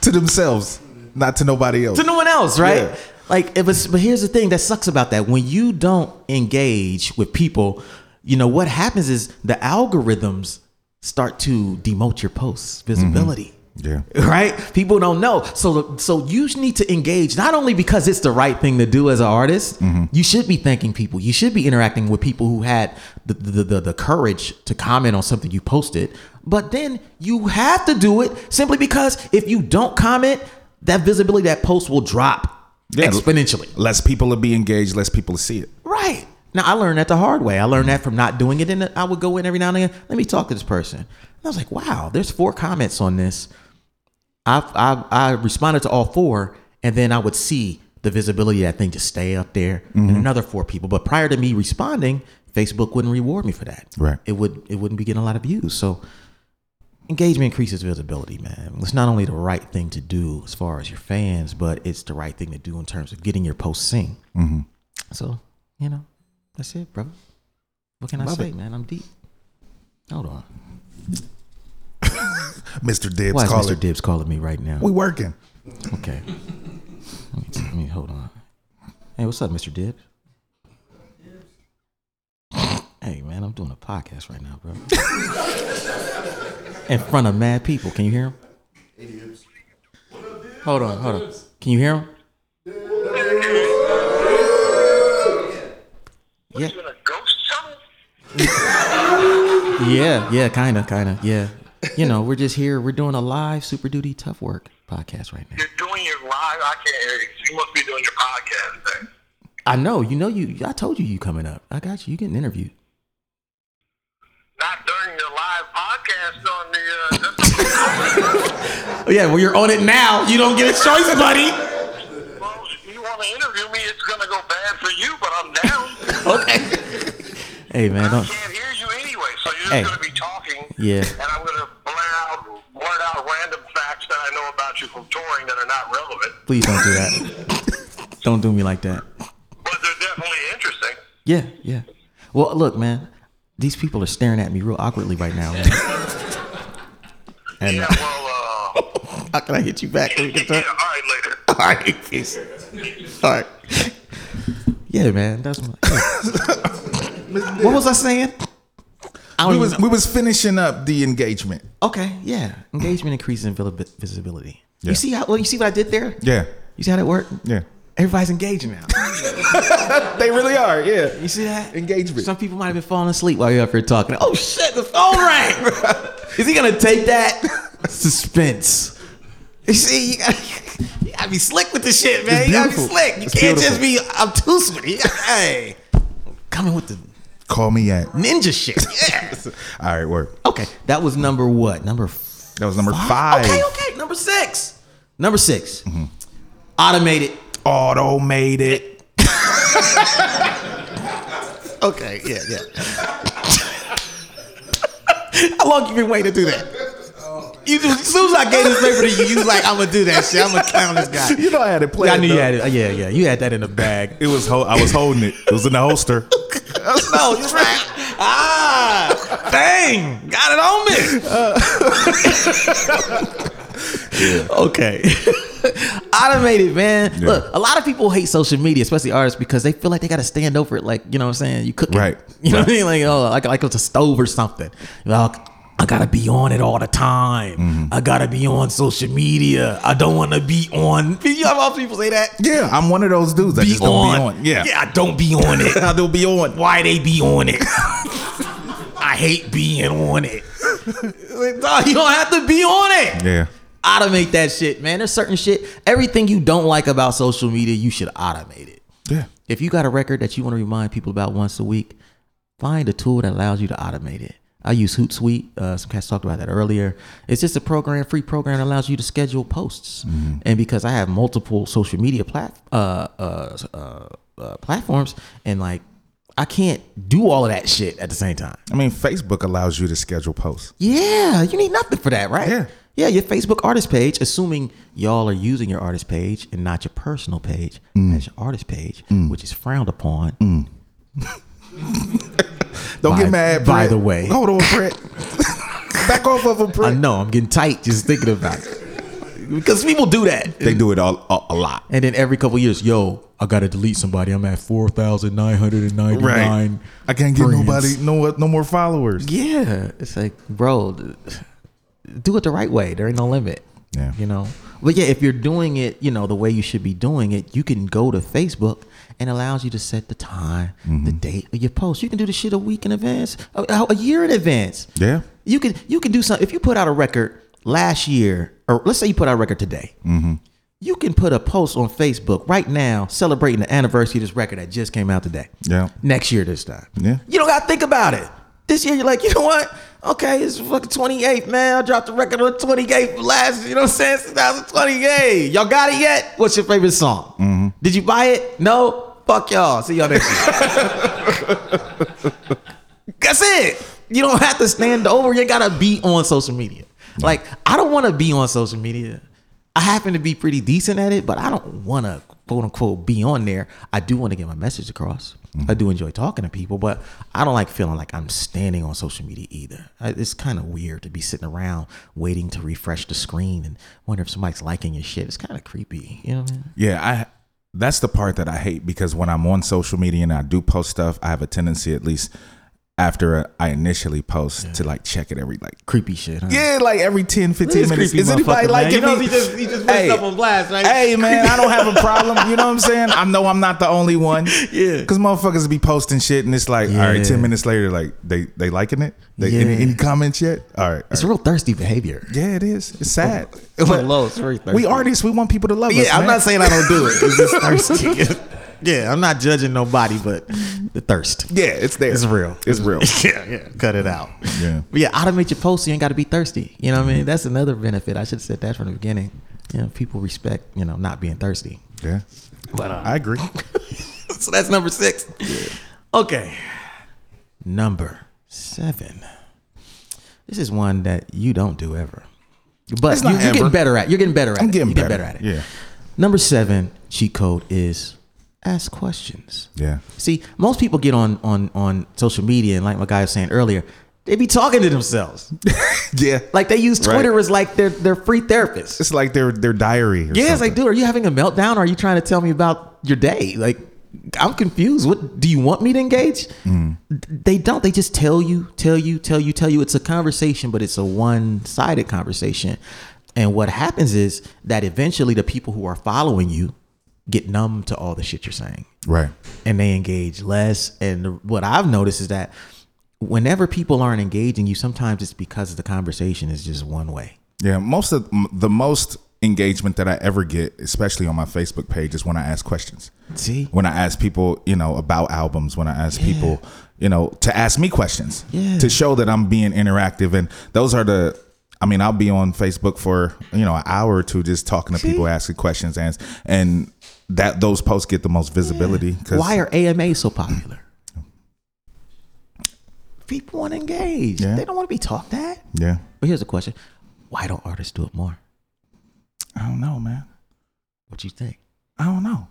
to themselves, not to nobody else. to no one else, right?" Yeah. Like, if it's, but here's the thing that sucks about that: when you don't engage with people, you know what happens is the algorithms start to demote your posts visibility. yeah, right people don't know so so you need to engage not only because it's the right thing to do as an artist you should be thanking people you should be interacting with people who had the the, the the courage to comment on something you posted but then you have to do it simply because if you don't comment that visibility that post will drop Yeah. exponentially less people will be engaged, less people will see it. Right. Now I learned that the hard way. I learned that from not doing it. And I would go in every now and again. Let me talk to this person. And I was like, wow, there's four comments on this. I I I responded to all four, and then I would see the visibility of that thing just stay up there, and another four people. But prior to me responding, Facebook wouldn't reward me for that. Right. It would it wouldn't be getting a lot of views. So engagement increases visibility, man. It's not only the right thing to do as far as your fans, but it's the right thing to do in terms of getting your post seen. So, you know, that's it, brother. What can I say, man? I'm deep. Hold on. Mr. Dibs Why is calling. Mr. Dibs calling me right now? We working. Okay. Let me, let me- hold on. Hey, what's up, Mr. Dibs? Hey, man, I'm doing a podcast right now, bro. In front of mad people. Can you hear him? Hold on, hold on. Can you hear him? Yeah. You in a ghost tunnel? yeah, yeah, kind of, kind of, yeah. You know, we're just here. We're doing a live Super Duty Tough Work podcast right now. You're doing your live. I can't hear you. You must be doing your podcast thing. I know, you know, you. I told you you coming up. I got you. You getting interviewed. Not during your live podcast on the. Uh, that's- Oh, yeah, well, you're on it now. You don't get a choice, buddy. well, you want to interview me? It's gonna go bad for you, but I'm down. Okay. hey man, I don't. can't hear you anyway, so you're just Hey. gonna be talking. Yeah. And I'm gonna blare out, blurt out random facts that I know about you from touring that are not relevant, Please don't do that. don't do me like that. but they're definitely interesting. Yeah, yeah. Well, look, man. These people are staring at me real awkwardly right now. Man. And Yeah. Well. Uh, how can I hit you back? Can we get yeah. All that? right. Later. All right, peace. All right. Yeah, man. That's my. what was I saying? I don't We even was know. we was finishing up the engagement. Okay, yeah. Engagement increases in vili- visibility. Yeah. You see how well you see what I did there? Yeah, You see how that worked? yeah. Everybody's engaging now. They really are. Yeah. You see that? Engagement. Some people might have been falling asleep while you're up here talking. Oh shit, the phone rang. Is he gonna take that? Suspense. You see, you gotta, you gotta be slick with the shit, man. It's you gotta be beautiful. slick. You It's can't beautiful. just be obtuse with it. Hey. Coming with the Call me at. ninja shit. Yeah. All right, work. Okay. That was number what? Number five. That was number five. Okay, okay. Number six. Number 6 Automated. Automated. Okay, yeah, yeah. How long you been waiting to do that? You just, as soon as I gave this paper to you, you was like, I'm gonna do that shit. I'm gonna clown this guy. You know I had it played. Yeah, I knew you though. had it. Yeah, yeah. You had that in the bag. It was ho- I was holding it. It was in the holster. No, you're Oh, right. Ah, dang, got it on me. Okay. Automated, man. Yeah. Look, a lot of people hate social media, especially artists, because they feel like they got to stand over it. Like, you know what I'm saying? You cook it. Right. You know what I mean? Like, oh, like, like it's a stove or something. Like, I got to be on it all the time. I got to be on social media. I don't want to be on. You know how people say that? Yeah, I'm one of those dudes that just don't be on. Yeah. Yeah, I don't be on it. I don't be on. why they be on it. I hate being on it. Like, dog, you don't have to be on it. Yeah. Automate that shit, man. There's certain shit. Everything you don't like about social media, you should automate it. Yeah. If you got a record that you want to remind people about once a week, find a tool that allows you to automate it. I use Hootsuite. Uh, some cats talked about that earlier. It's just a program, free program that allows you to schedule posts. And because I have multiple social media plat- uh, uh, uh, uh, platforms, and like I can't do all of that shit at the same time. I mean, Facebook allows you to schedule posts. Yeah, you need nothing for that, right? Yeah. Yeah, your Facebook artist page, assuming y'all are using your artist page and not your personal page as your artist page, which is frowned upon. Don't By- get mad. by Brett. the way. hold on, Brett. Back off of him, I Brett. know, I'm getting tight just thinking about it. Because people do that. They do it all a, a lot. And then every couple years, yo, I got to delete somebody. I'm at 4,999. I can't get friends. nobody no no more followers. Yeah. It's like, bro, th- do it the right way. There ain't no limit. Yeah. You know? But yeah, if you're doing it, you know, the way you should be doing it, you can go to Facebook and allows you to set the time, the Mm-hmm. date of your post. You can do the shit a week in advance, a, a year in advance. Yeah. You can you can do something. If you put out a record last year, or let's say you put out a record today, Mm-hmm. you can put a post on Facebook right now celebrating the anniversary of this record that just came out today. Yeah. Next year this time. Yeah. You don't gotta think about it. This year you're like, you know what? Okay, it's fucking 28th, man. I dropped the record on 28th last, you know what I'm saying? 2028. Y'all got it yet? What's your favorite song? Mm-hmm. Did you buy it? No? Fuck y'all. See y'all next year. That's it. You don't have to stand over. You gotta be on social media. Like I don't want to be on social media. I happen to be pretty decent at it, but I don't want to quote unquote be on there. I do want to get my message across. I do enjoy talking to people, but I don't like feeling like I'm standing on social media either. I, it's kind of weird to be sitting around waiting to refresh the screen and wonder if somebody's liking your shit. It's kind of creepy. You know what I mean? Yeah, I that's the part that I hate because when I'm on social media and I do post stuff, I have a tendency at least after I initially post to like check it every like Creepy shit. Huh? yeah like every 10 15 This minutes creepy is anybody motherfucker, man. like You know, he just- he just puts up on blast, right? hey man I don't have a problem you know what I'm saying I know I'm not the only one yeah because motherfuckers be posting shit and it's like all right Yeah. 10 minutes later like they they liking it they any, Yeah. any comments yet all right, all It's right. real thirsty behavior. yeah it is it's sad the low, it's very thirsty. we artists we want people to love us Yeah, I'm man. not saying I don't do it. It's just uh, thirsty. yeah, I'm not judging nobody, but the thirst. yeah it's there It's real. it's real Yeah, yeah. Cut it out. Yeah. But yeah, automate your posts. You ain't got to be thirsty. You know what I mean? That's another benefit. I should have said that from the beginning. You know, people respect, you know, not being thirsty. yeah uh, I agree So that's number six. Okay. Number seven. This is one that you don't do ever. But It's you, not are getting ever. better at. You're getting better at. I'm it. getting You better get better at it. yeah Number seven cheat code is ask questions. yeah See, most people get on on on social media, and like my guy was saying earlier, they be talking to themselves. yeah Like they use Twitter Right. as like their their free therapist. it's like their their diary or Yeah, it's something. like, dude, are you having a meltdown? Or are you trying to tell me about your day? Like, I'm confused. What do you want me to engage? Mm. Th- They don't. They just tell you, tell you, tell you, tell you. It's a conversation, but it's a one-sided conversation. And what happens is that eventually the people who are following you get numb to all the shit you're saying right and they engage less. And the- what I've noticed is that whenever people aren't engaging you, sometimes it's because the conversation is just one way. Yeah, most of m- the most engagement that I ever get, especially on my Facebook page, is when I ask questions. See? When I ask people, you know, about albums, when I ask people, you know, to ask me questions, Yeah. to show that I'm being interactive. And those are the, I mean, I'll be on Facebook for, you know, an hour or two just talking to people, asking questions, and, and that those posts get the most visibility. Cause, Why are AMAs so popular? People want to engage. Yeah. They don't want to be talked at. Yeah. But here's a question: Why don't artists do it more? I don't know, man. What you think? I don't know.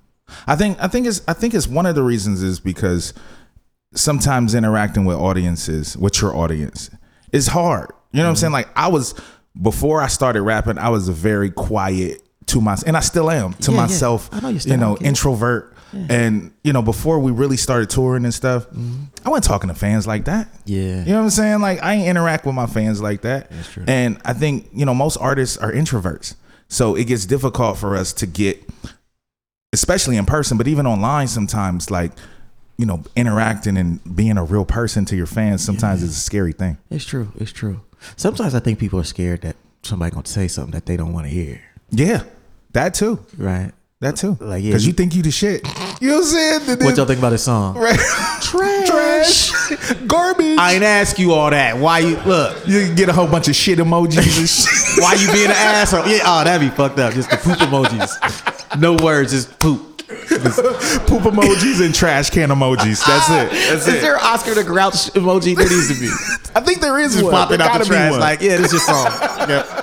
I think I think it's I think it's one of the reasons is because sometimes interacting with audiences, with your audience, is hard. You Mm-hmm. know what I'm saying? Like I was before I started rapping, I was a very quiet to myself, and I still am to Yeah, yeah. myself. I know you're still you know, like it. introvert. And you know, before we really started touring and stuff, Mm-hmm. I wasn't talking to fans like that. Yeah. you know what I'm saying? Like I ain't interact with my fans like that. That's true. And I think you know most artists are introverts, so it gets difficult for us to get especially in person, but even online sometimes, like, you know, interacting and being a real person to your fans sometimes is a scary thing. It's true. It's true. Sometimes I think people are scared that somebody gonna say something that they don't want to hear. Yeah. That too. Right? That too. Like, yeah, Cause you, you- think you the shit. You know what I'm saying? The- the- What y'all think about this song? Trash. Trash. Garbage. I ain't ask you all that. Why you look? you can get a whole bunch of shit emojis and shit. Why you being an asshole? Yeah, oh, that'd be fucked up. Just the poop emojis. No words, just poop. Poop emojis and trash can emojis. That's it. Is That's it. there an Oscar the Grouch emoji? There needs to be. I think there is Just one. popping There out the gotta be trash one. like, yeah, this is your song.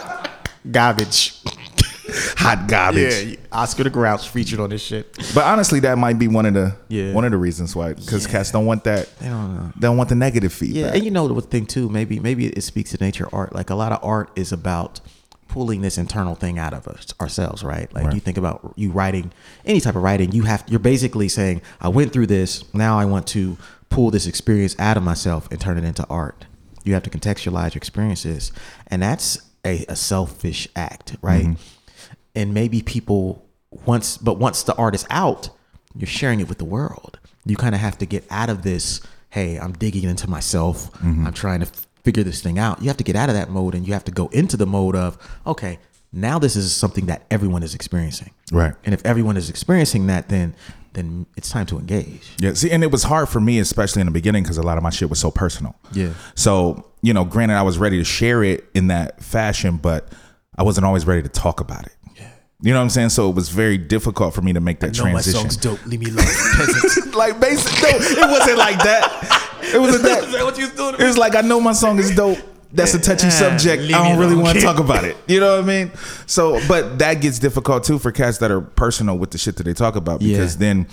Garbage. hot garbage. Yeah, Oscar the Grouch featured on this shit. But honestly, that might be one of the Yeah. one of the reasons why, because cats don't want that. They don't know. They don't want the negative feedback. Yeah, and you know the thing too. Maybe maybe it speaks to nature art. Like a lot of art is about pulling this internal thing out of us ourselves, right? Like Right. you think about you writing any type of writing, you have you're basically saying, I went through this. Now I want to pull this experience out of myself and turn it into art. You have to contextualize your experiences, and that's a, a selfish act, right? Mm-hmm. and maybe people once but once the art is out you're sharing it with the world you kind of have to get out of this hey i'm digging into myself Mm-hmm. i'm trying to f- figure this thing out you have to get out of that mode and you have to go into the mode of okay now this is something that everyone is experiencing Right. and if everyone is experiencing that then then it's time to engage Yeah, see, and it was hard for me, especially in the beginning, because a lot of my shit was so personal. Yeah. So, you know, granted, I was ready to share it in that fashion, but I wasn't always ready to talk about it. Yeah. You know what I'm saying? So it was very difficult for me to make that transition. dope leave me alone peasants like, basically, no, it wasn't like that. It wasn't that. what you was doing It was like, I know my song is dope. That's a touchy Yeah, subject. leave I me don't really alone, want to kid. talk about it. You know what I mean? So, but that gets difficult too for cats that are personal with the shit that they talk about because Yeah. then,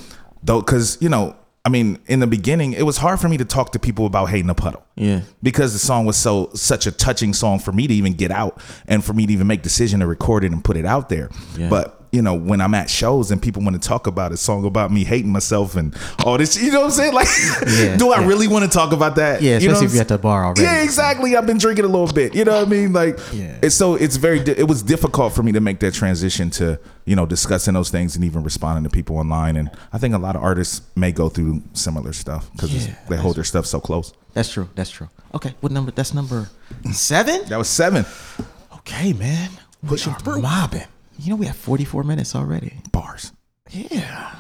though, because you know, I mean, in the beginning, it was hard for me to talk to people about hating a puddle. Yeah. because the song was so such a touching song for me to even get out and for me to even make decision to record it and put it out there. Yeah. But you know, when I'm at shows and people want to talk about a song about me hating myself and all this, you know what I'm saying? Like, Yeah, do I yeah. really want to talk about that? Yeah, you know especially what if you're I'm at the bar already. Yeah, exactly. I've been drinking a little bit. You know what I mean? Like, Yeah. it's so it's very. Di- it was difficult for me to make that transition to you know discussing those things and even responding to people online. And I think a lot of artists may go through similar stuff because Yeah. they hold their stuff so close. That's true. That's true. Okay, what number? That's number seven. That was seven Okay, man. Pushing through. Mobbing. You know we have 44 minutes already. bars. Yeah.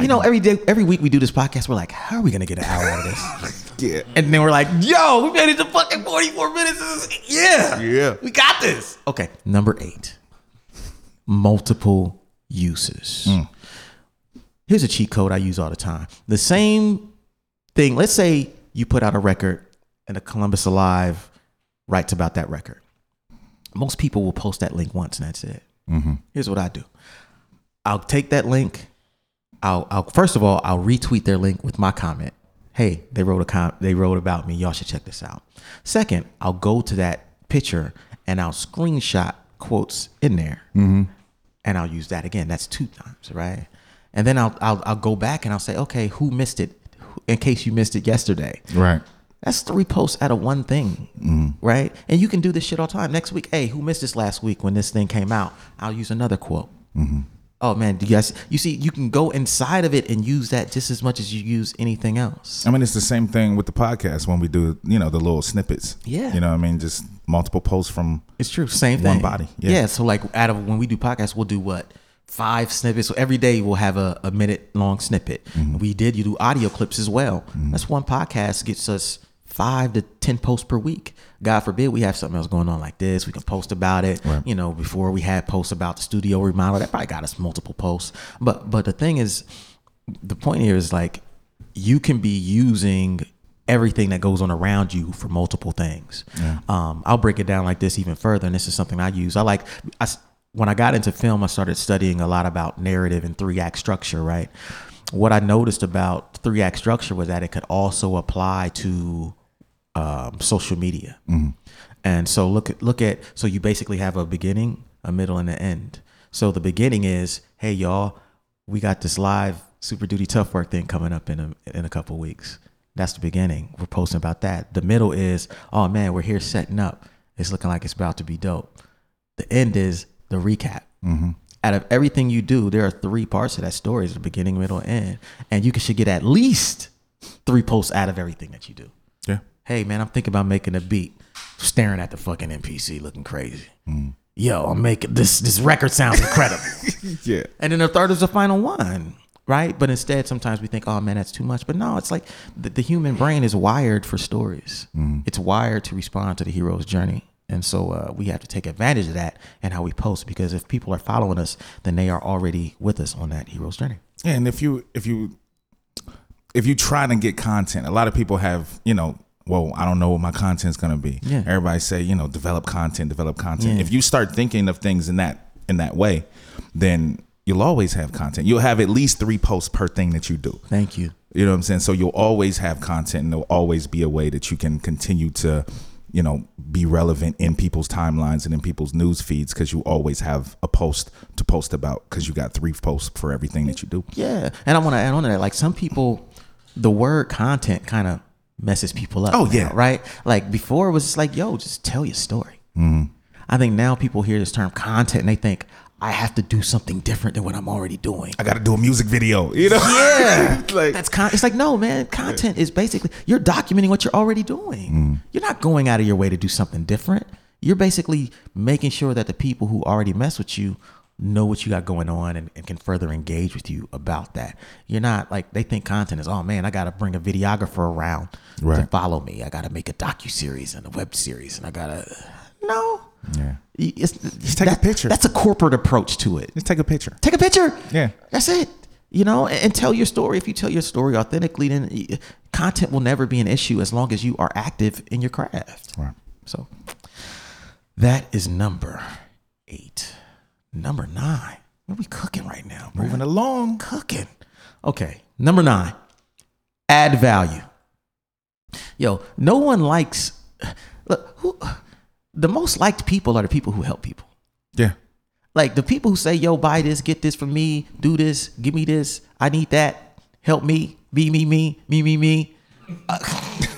you know every day, every week we do this podcast. We're like, how are we gonna get an hour out of this? Yeah, and then we're like, yo, we made it to fucking 44 minutes. This is- yeah. yeah. We got this. Okay. Number eight. Multiple uses. Here's a cheat code I use all the time. The same thing. Let's say you put out a record and a Columbus Alive writes about that record. Most people will post that link once and that's it. Here's what I do. I'll take that link. I'll, I'll first of all, I'll retweet their link with my comment. Hey, they wrote a com- they wrote about me. Y'all should check this out. Second, I'll go to that picture and I'll screenshot quotes in there, and I'll use that again. That's two times, right? And then I'll, I'll I'll go back and I'll say, okay, who missed it? In case you missed it yesterday, Right. that's three posts out of one thing, right? And you can do this shit all the time. Next week, hey, who missed this last week when this thing came out? I'll use another quote. Oh man, do you guys? You see, you can go inside of it and use that just as much as you use anything else. I mean, it's the same thing with the podcast when we do, you know, the little snippets. Yeah. You know what I mean? Just multiple posts from. It's true. Same thing. One body, yeah. So like, out of when we do podcasts, we'll do what five snippets. So every day we'll have a, a minute long snippet. Mm-hmm. We did. You do audio clips as well. That's one podcast gets us five to ten posts per week. God forbid we have something else going on like this. We can post about it. You know, before we had posts about the studio remodel, that probably got us multiple posts. But but the thing is, the point here is like you can be using everything that goes on around you for multiple things. Um, I'll break it down like this even further, and this is something I use. I like I s when I got into film, I started studying a lot about narrative and three act structure. Right, what I noticed about three act structure was that it could also apply to um, social media. And so look at look at so you basically have a beginning, a middle, and an end. So the beginning is, hey y'all, we got this live super duty tough work thing coming up in a in a couple weeks. That's the beginning. We're posting about that. The middle is, oh man, we're here setting up. It's looking like it's about to be dope. The end is the recap. Out of everything you do, there are three parts of that story: is the beginning, middle, and end. And you can- should get at least three posts out of everything that you do Yeah. hey man, I'm thinking about making a beat, staring at the fucking NPC, looking crazy. Yo, I'm making this. This record sounds incredible. Yeah. and then the third is the final one, right? But instead, sometimes we think, oh man, that's too much. But no, it's like the, the human brain is wired for stories. It's wired to respond to the hero's journey. And so uh, we have to take advantage of that and how we post because if people are following us, then they are already with us on that hero's journey. Yeah, and if you if you if you try to get content, a lot of people have you know. Well, I don't know what my content's gonna be. Yeah. Everybody say you know develop content, develop content. Yeah. If you start thinking of things in that in that way, then you'll always have content. You'll have at least three posts per thing that you do. Thank you. You know what I'm saying? So you'll always have content and there'll always be a way that you can continue to, you know, be relevant in people's timelines and in people's news feeds because you always have a post to post about because you got three posts for everything that you do. Yeah, and I want to add on to that. Like some people, the word content kind of messes people up. Oh, now, yeah. right. Like before, it was just like, yo, just tell your story. Mm-hmm. I think now people hear this term content and they think I have to do something different than what I'm already doing. I got to do a music video, you know? Yeah, like that's con- it's like no man. Content is basically you're documenting what you're already doing. Mm. You're not going out of your way to do something different. You're basically making sure that the people who already mess with you know what you got going on and, and can further engage with you about that. You're not like they think content is oh man, I got to bring a videographer around to Right. follow me. I got to make a docu series and a web series and I got to no. Yeah. Y- It's, Just Mm. take a picture. That's a corporate approach to it just take a picture. take a picture. Yeah. That's it. You know, and, and tell your story. If you tell your story authentically, then y- content will never be an issue as long as you are active in your craft. Right. So that is number eight. Number nine. What are we cooking right now? Bro? Moving along. Cooking. Okay. Number nine. Add value. Yo, no one likes. Look, who, the most liked people are the people who help people. Yeah. Like the people who say, "Yo, buy this, get this from me, do this, give me this, I need that, help me, be me, me, me, me, me."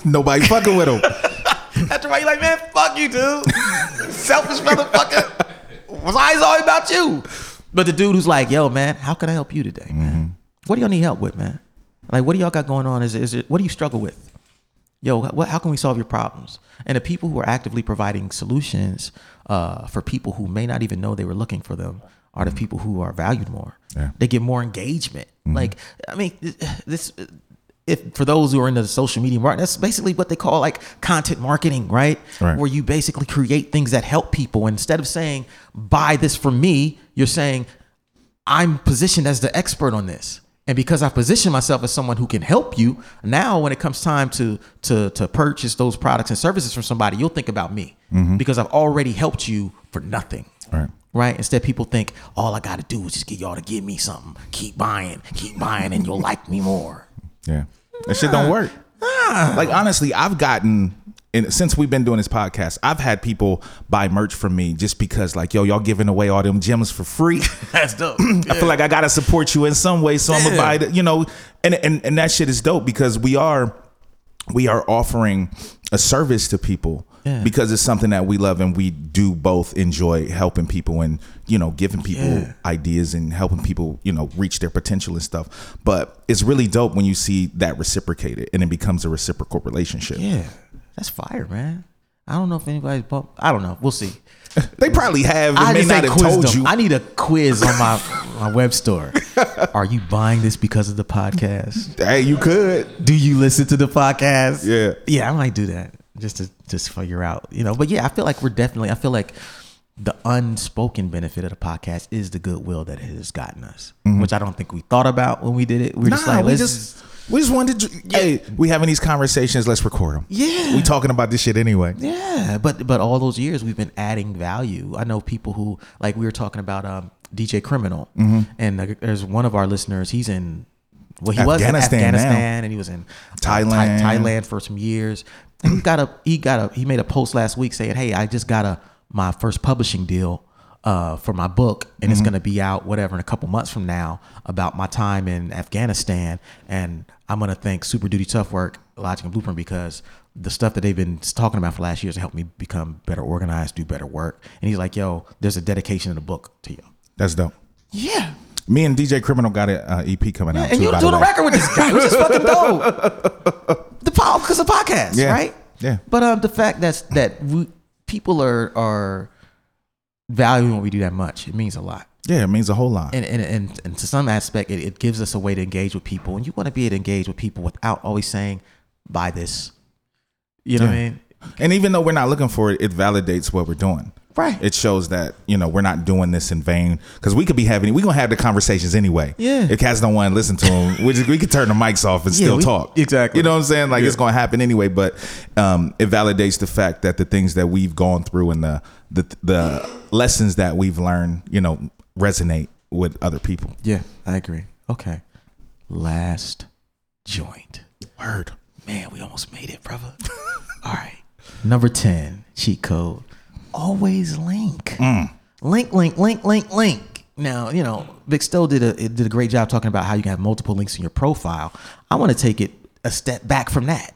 Nobody fucking with him. After why you like, man, fuck you, dude, selfish motherfucker. Why is all about you? But the dude who's like, "Yo, man, how can I help you today, man? What do y'all need help with, man? Like, what do y'all got going on? Is is it what do you struggle with?" yo, what, how can we solve your problems? And the people who are actively providing solutions uh, for people who may not even know they were looking for them are the people who are valued more. Yeah. They get more engagement. Like, I mean, this. If, for those who are into the social media market, that's basically what they call like content marketing, right? Right. Where you basically create things that help people. Instead of saying, buy this from me, you're saying, I'm positioned as the expert on this. And because I position myself as someone who can help you, now when it comes time to to to purchase those products and services from somebody, you'll think about me because I've already helped you for nothing. Mm-hmm. Right. Right? Instead, people think all I got to do is just get y'all to give me something. Keep buying, keep buying, and you'll like me more. Yeah. That shit don't work. Like honestly, I've gotten and since we've been doing this podcast, I've had people buy merch from me just because like, yo, y'all giving away all them gems for free. That's dope. I feel like I gotta support you in some way, so I'm gonna buy the, you know, and, and and that shit is dope because we are we are offering a service to people Yeah. because it's something that we love and we do both enjoy helping people and you know giving people Yeah. ideas and helping people you know reach their potential and stuff but it's really dope when you see that reciprocated and it becomes a reciprocal relationship yeah, that's fire, man. I don't know if anybody's bought. I don't know. We'll see. they probably have they I may just not ain't have quizzed told them. you I need a quiz on my my web store. Are you buying this because of the podcast? hey you could do you listen to the podcast? Yeah. Yeah, I might do that just to just figure out, you know. But yeah, I feel like we're definitely I feel like the unspoken benefit of the podcast is the goodwill that it has gotten us, which I don't think we thought about when we did it. We're just Mm-hmm. Nah, like, we let's just we just wanted to. Hey, we having these conversations. Let's record them. Yeah. we talking about this shit anyway. Yeah, but but all those years we've been adding value. I know people who like we were talking about um, DJ Criminal, Mm-hmm. and uh, there's one of our listeners. He's in well, he was in Afghanistan now. Afghanistan, and he was in uh, Thai- Thailand. Thailand for some years. And he got a he got a he made a post last week saying, "Hey, I just got a my first publishing deal." Uh, for my book, and it's going to be out whatever in a couple months from now about my time in Afghanistan, and I'm going to thank Super Duty Tough Work, Logic and Blueprint because the stuff that they've been talking about for last years helped me become better organized, do better work. And he's like, "Yo, there's a dedication in the book to you." That's dope. Yeah, Me and DJ Criminal got an uh, EP coming out. and too, you by doing the a way. record with this guy, which is fucking dope. The pop because the podcast, Yeah. right? Yeah. But um, the fact that's that we, people are are valuing what we do that much, it means a lot. Yeah, it means a whole lot. And and and, and to some aspect, it, it gives us a way to engage with people, and you want to be able to engage with people without always saying, "Buy this," you know what I mean? And even though we're not looking for it, it validates what we're doing. Right. It shows that you know we're not doing this in vain because we could be having we gonna have the conversations anyway. Yeah. If cats don't want to listen to them, we just, we could turn the mics off and Yeah, still we- talk. exactly. You know what I'm saying? Like it's gonna happen anyway. But um, it validates the fact that the things that we've gone through and the the the lessons that we've learned, you know, resonate with other people. Yeah, I agree. Okay, last joint. Word. Man, we almost made it, brother. All right. Number 10, cheat code. Always link. Link, link, link, link, link. Now, you know, Big Stowe did a did a great job talking about how you can have multiple links in your profile. I want to take it a step back from that.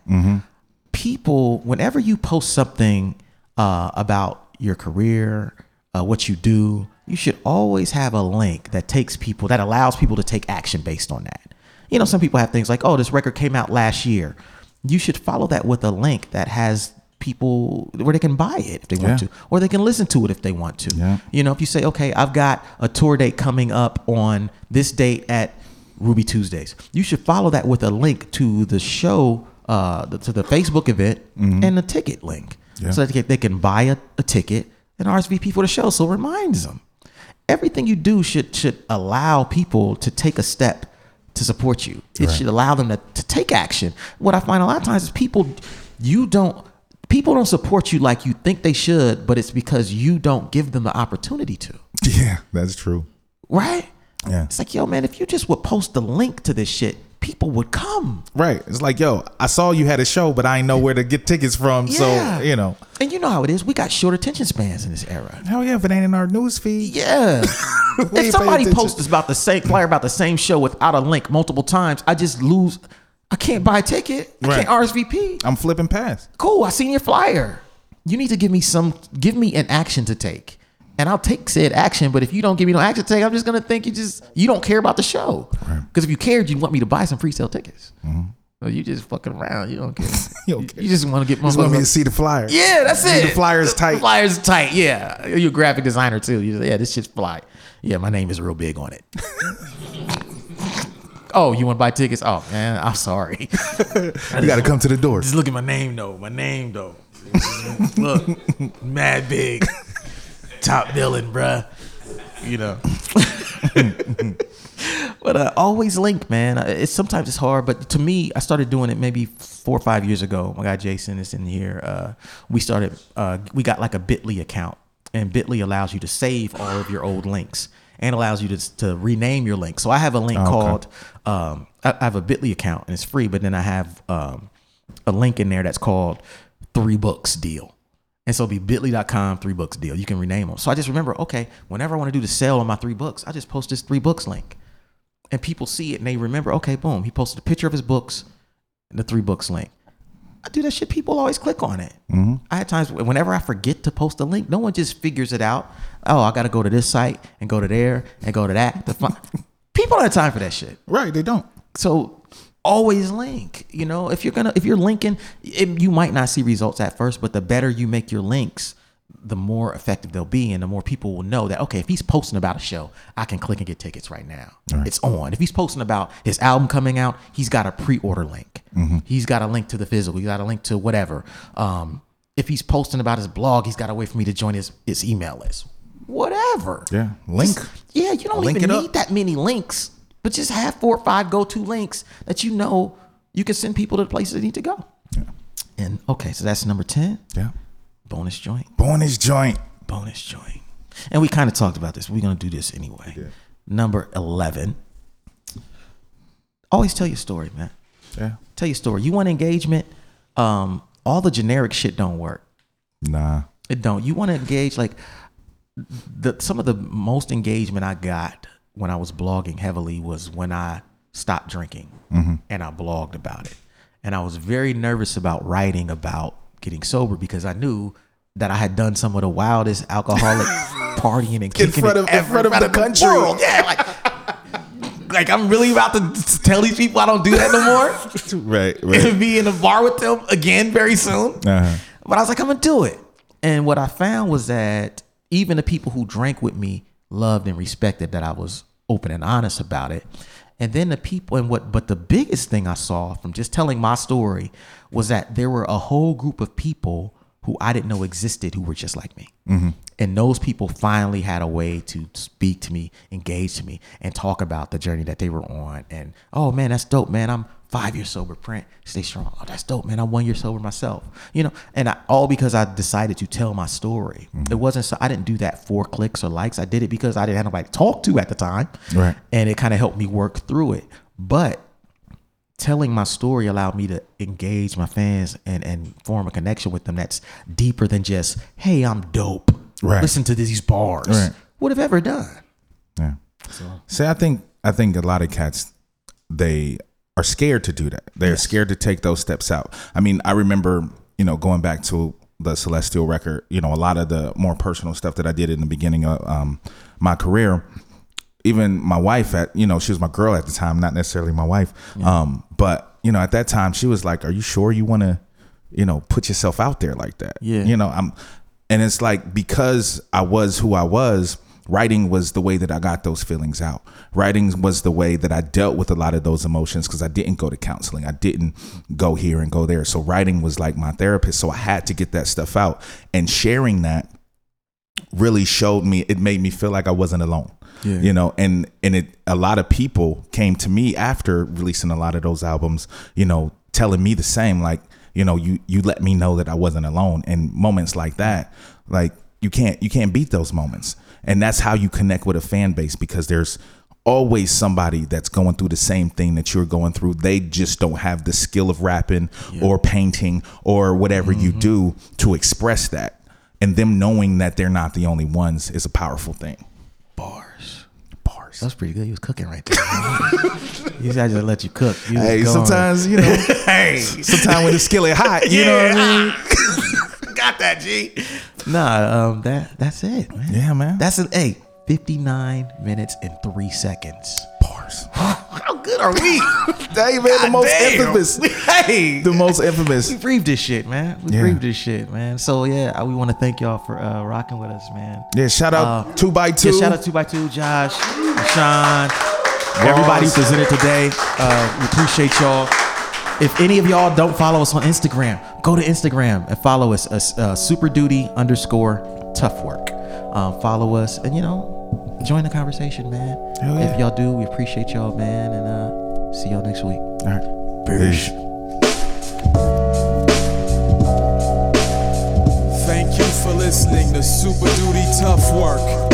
People, whenever you post something uh, about your career, uh, what you do, you should always have a link that takes people that allows people to take action based on that. You know, some people have things like, oh, this record came out last year. You should follow that with a link that has people where they can buy it if they want Yeah. to, or they can listen to it if they want to. Yeah. You know, if you say, okay, I've got a tour date coming up on this date at Ruby Tuesdays, you should follow that with a link to the show, uh, the, to the Facebook event and the ticket link Mm-hmm. Yeah. so that they can- they can buy a, a ticket and RSVP for the show. So it reminds them everything you do should should allow people to take a step to support you. It should allow them to, to take action. What I find a lot of times is people you don't people don't support you like you think they should, but it's because you don't give them the opportunity to. Yeah, that's true. Right? Yeah. It's like, yo, man, if you just would post the link to this shit, people would come. Right. It's like, yo, I saw you had a show, but I ain't know where to get tickets from. Yeah. So, you know. And you know how it is. We got short attention spans in this era. Hell yeah, if it ain't in our news feed. Yeah. pay if somebody attention. posts about the same flyer about the same show without a link multiple times, I just lose. I can't buy a ticket. I Right. can't RSVP. I'm flipping past. Cool. I seen your flyer. You need to give me some. Give me an action to take, and I'll take said action. But if you don't give me no action to take, I'm just gonna think you just you don't care about the show. Because if you cared, you'd want me to buy some free sale tickets. So you just fucking around. You don't care. You don't care. You just want to get. Just want me to see the flyer. Yeah, that's it. The flyer's tight. The flyer's tight. Yeah, you're a graphic designer too. You're yeah, this shit's fly. Yeah, my name is real big on it. oh, you want to buy tickets? Oh man, I'm sorry. You got to come to the door. Just look at my name though. My name though. look, mad big, top villain, bruh. You know. but uh, always link, man. Uh, It's sometimes it's hard, but to me, I started doing it maybe four or five years ago. My guy Jason is in here. Uh, we started. Uh, we got like a Bitly account, and Bitly allows you to save all of your old links and allows you to to rename your link. So I have a link called. Um, I, I have a Bitly account and it's free, but then I have um, a link in there that's called Three Books Deal. And so it'll be bit.ly.com, three books deal. You can rename them. So I just remember, okay, whenever I want to do the sale on my three books, I just post this three books link. And people see it and they remember, okay, boom, he posted a picture of his books and the three books link. I do that shit. People always click on it. I had times wh- whenever I forget to post a link, no one just figures it out. Oh, I got to go to this site and go to there and go to that. To find. people don't have time for that shit Right. They don't. so always link you know if you're gonna if you're linking it, you might not see results at first but the better you make your links the more effective they'll be and the more people will know that okay if he's posting about a show i can click and get tickets right now it's on if he's posting about his album coming out he's got a pre-order link he's got a link to the physical he's got a link to whatever um, if he's posting about his blog he's got a way for me to join his, his email list whatever Yeah. Link. yeah, you don't Link even it up. need that many links, but just have four or five go-to links that you know you can send people to the places they need to go. And okay, so that's number ten. Yeah. Bonus joint. Bonus joint. Bonus joint. And we kind of talked about this. We're gonna do this anyway. Number eleven. Always tell your story, man. Yeah. Tell your story. You want engagement? Um, all the generic shit don't work. Nah. It don't. You want to engage like the some of the most engagement I got when I was blogging heavily was when I stopped drinking Mm-hmm. and I blogged about it. And I was very nervous about writing about getting sober because I knew that I had done some of the wildest alcoholic partying and kicking front of- in ever- front of the country. world. Yeah, like like I'm really about to tell these people I don't do that no more Right. and be in a bar with them again very soon. Uh-huh. But I was like, I'm gonna do it. And what I found was that even the people who drank with me loved and respected that I was open and honest about it. And then the people and what but the biggest thing I saw from just telling my story was that there were a whole group of people who I didn't know existed who were just like me. And those people finally had a way to speak to me, engage to me, and talk about the journey that they were on. And oh man, that's dope, man. I'm five years sober, Print. Stay strong. Oh, that's dope, man. I'm one year sober myself. You know, and I, all because I decided to tell my story. It wasn't so I didn't do that for clicks or likes. I did it because I didn't have nobody to talk to at the time. Right. And it kind of helped me work through it. But telling my story allowed me to engage my fans and and form a connection with them that's deeper than just hey i'm dope Right. listen to these bars Right. would have ever done Yeah. See, I think I think a lot of cats they are scared to do that. They're scared to take those steps out. I mean, I remember you know going back to the Celestial record. You know, a lot of the more personal stuff that I did in the beginning of um, my career. Even my wife at you know she was my girl at the time, not necessarily my wife. Um, but you know at that time she was like, "Are you sure you want to, you know, put yourself out there like that?" Yeah. You know, I'm, and it's like because I was who I was, writing was the way that I got those feelings out. Writing was the way that I dealt with a lot of those emotions because I didn't go to counseling. I didn't go here and go there. So writing was like my therapist. So I had to get that stuff out. And sharing that really showed me it made me feel like I wasn't alone. You know, and and it a lot of people came to me after releasing a lot of those albums, you know, telling me the same like, you know, you you let me know that I wasn't alone and moments like that, like you can't you can't beat those moments. And that's how you connect with a fan base because there's always somebody that's going through the same thing that you're going through. They just don't have the skill of rapping or painting or whatever you do to express that. And them knowing that they're not the only ones is a powerful thing. Bars. Bars. That was pretty good. He was cooking right there. He's had to let you cook. You was Hey, going. sometimes you know. hey, sometimes when the skillet hot, you know what I mean. Got that, G. Nah, um, that that's it, man. Yeah, man. That's an eight. 59 minutes and three seconds. bars. How good are we? Hey, man, the most damn. infamous. hey, The most infamous. we breathed this shit, man. We Yeah. breathed this shit, man. So yeah, I- we want to thank y'all for uh, rocking with us, man. Yeah, shout out Uh, two by two. Yeah, shout out two by two, Josh, Sean, everybody who presented today. Uh, we appreciate y'all. If any of y'all don't follow us on Instagram, go to Instagram and follow us. Uh, uh, super duty underscore tough work. Um, follow us and you know, join the conversation, man. Hell yeah. If y'all do, we appreciate y'all, man, and uh, see y'all next week. All right. Peace. Thank you for listening to Super Duty Tough Work.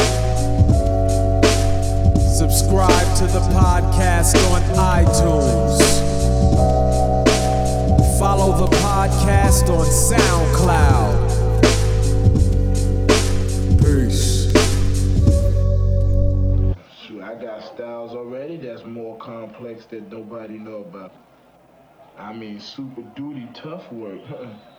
Subscribe to the podcast on iTunes. Follow the podcast on SoundCloud. Peace. Shoot, I got styles already that's more complex that nobody know about. I mean, super duty tough work.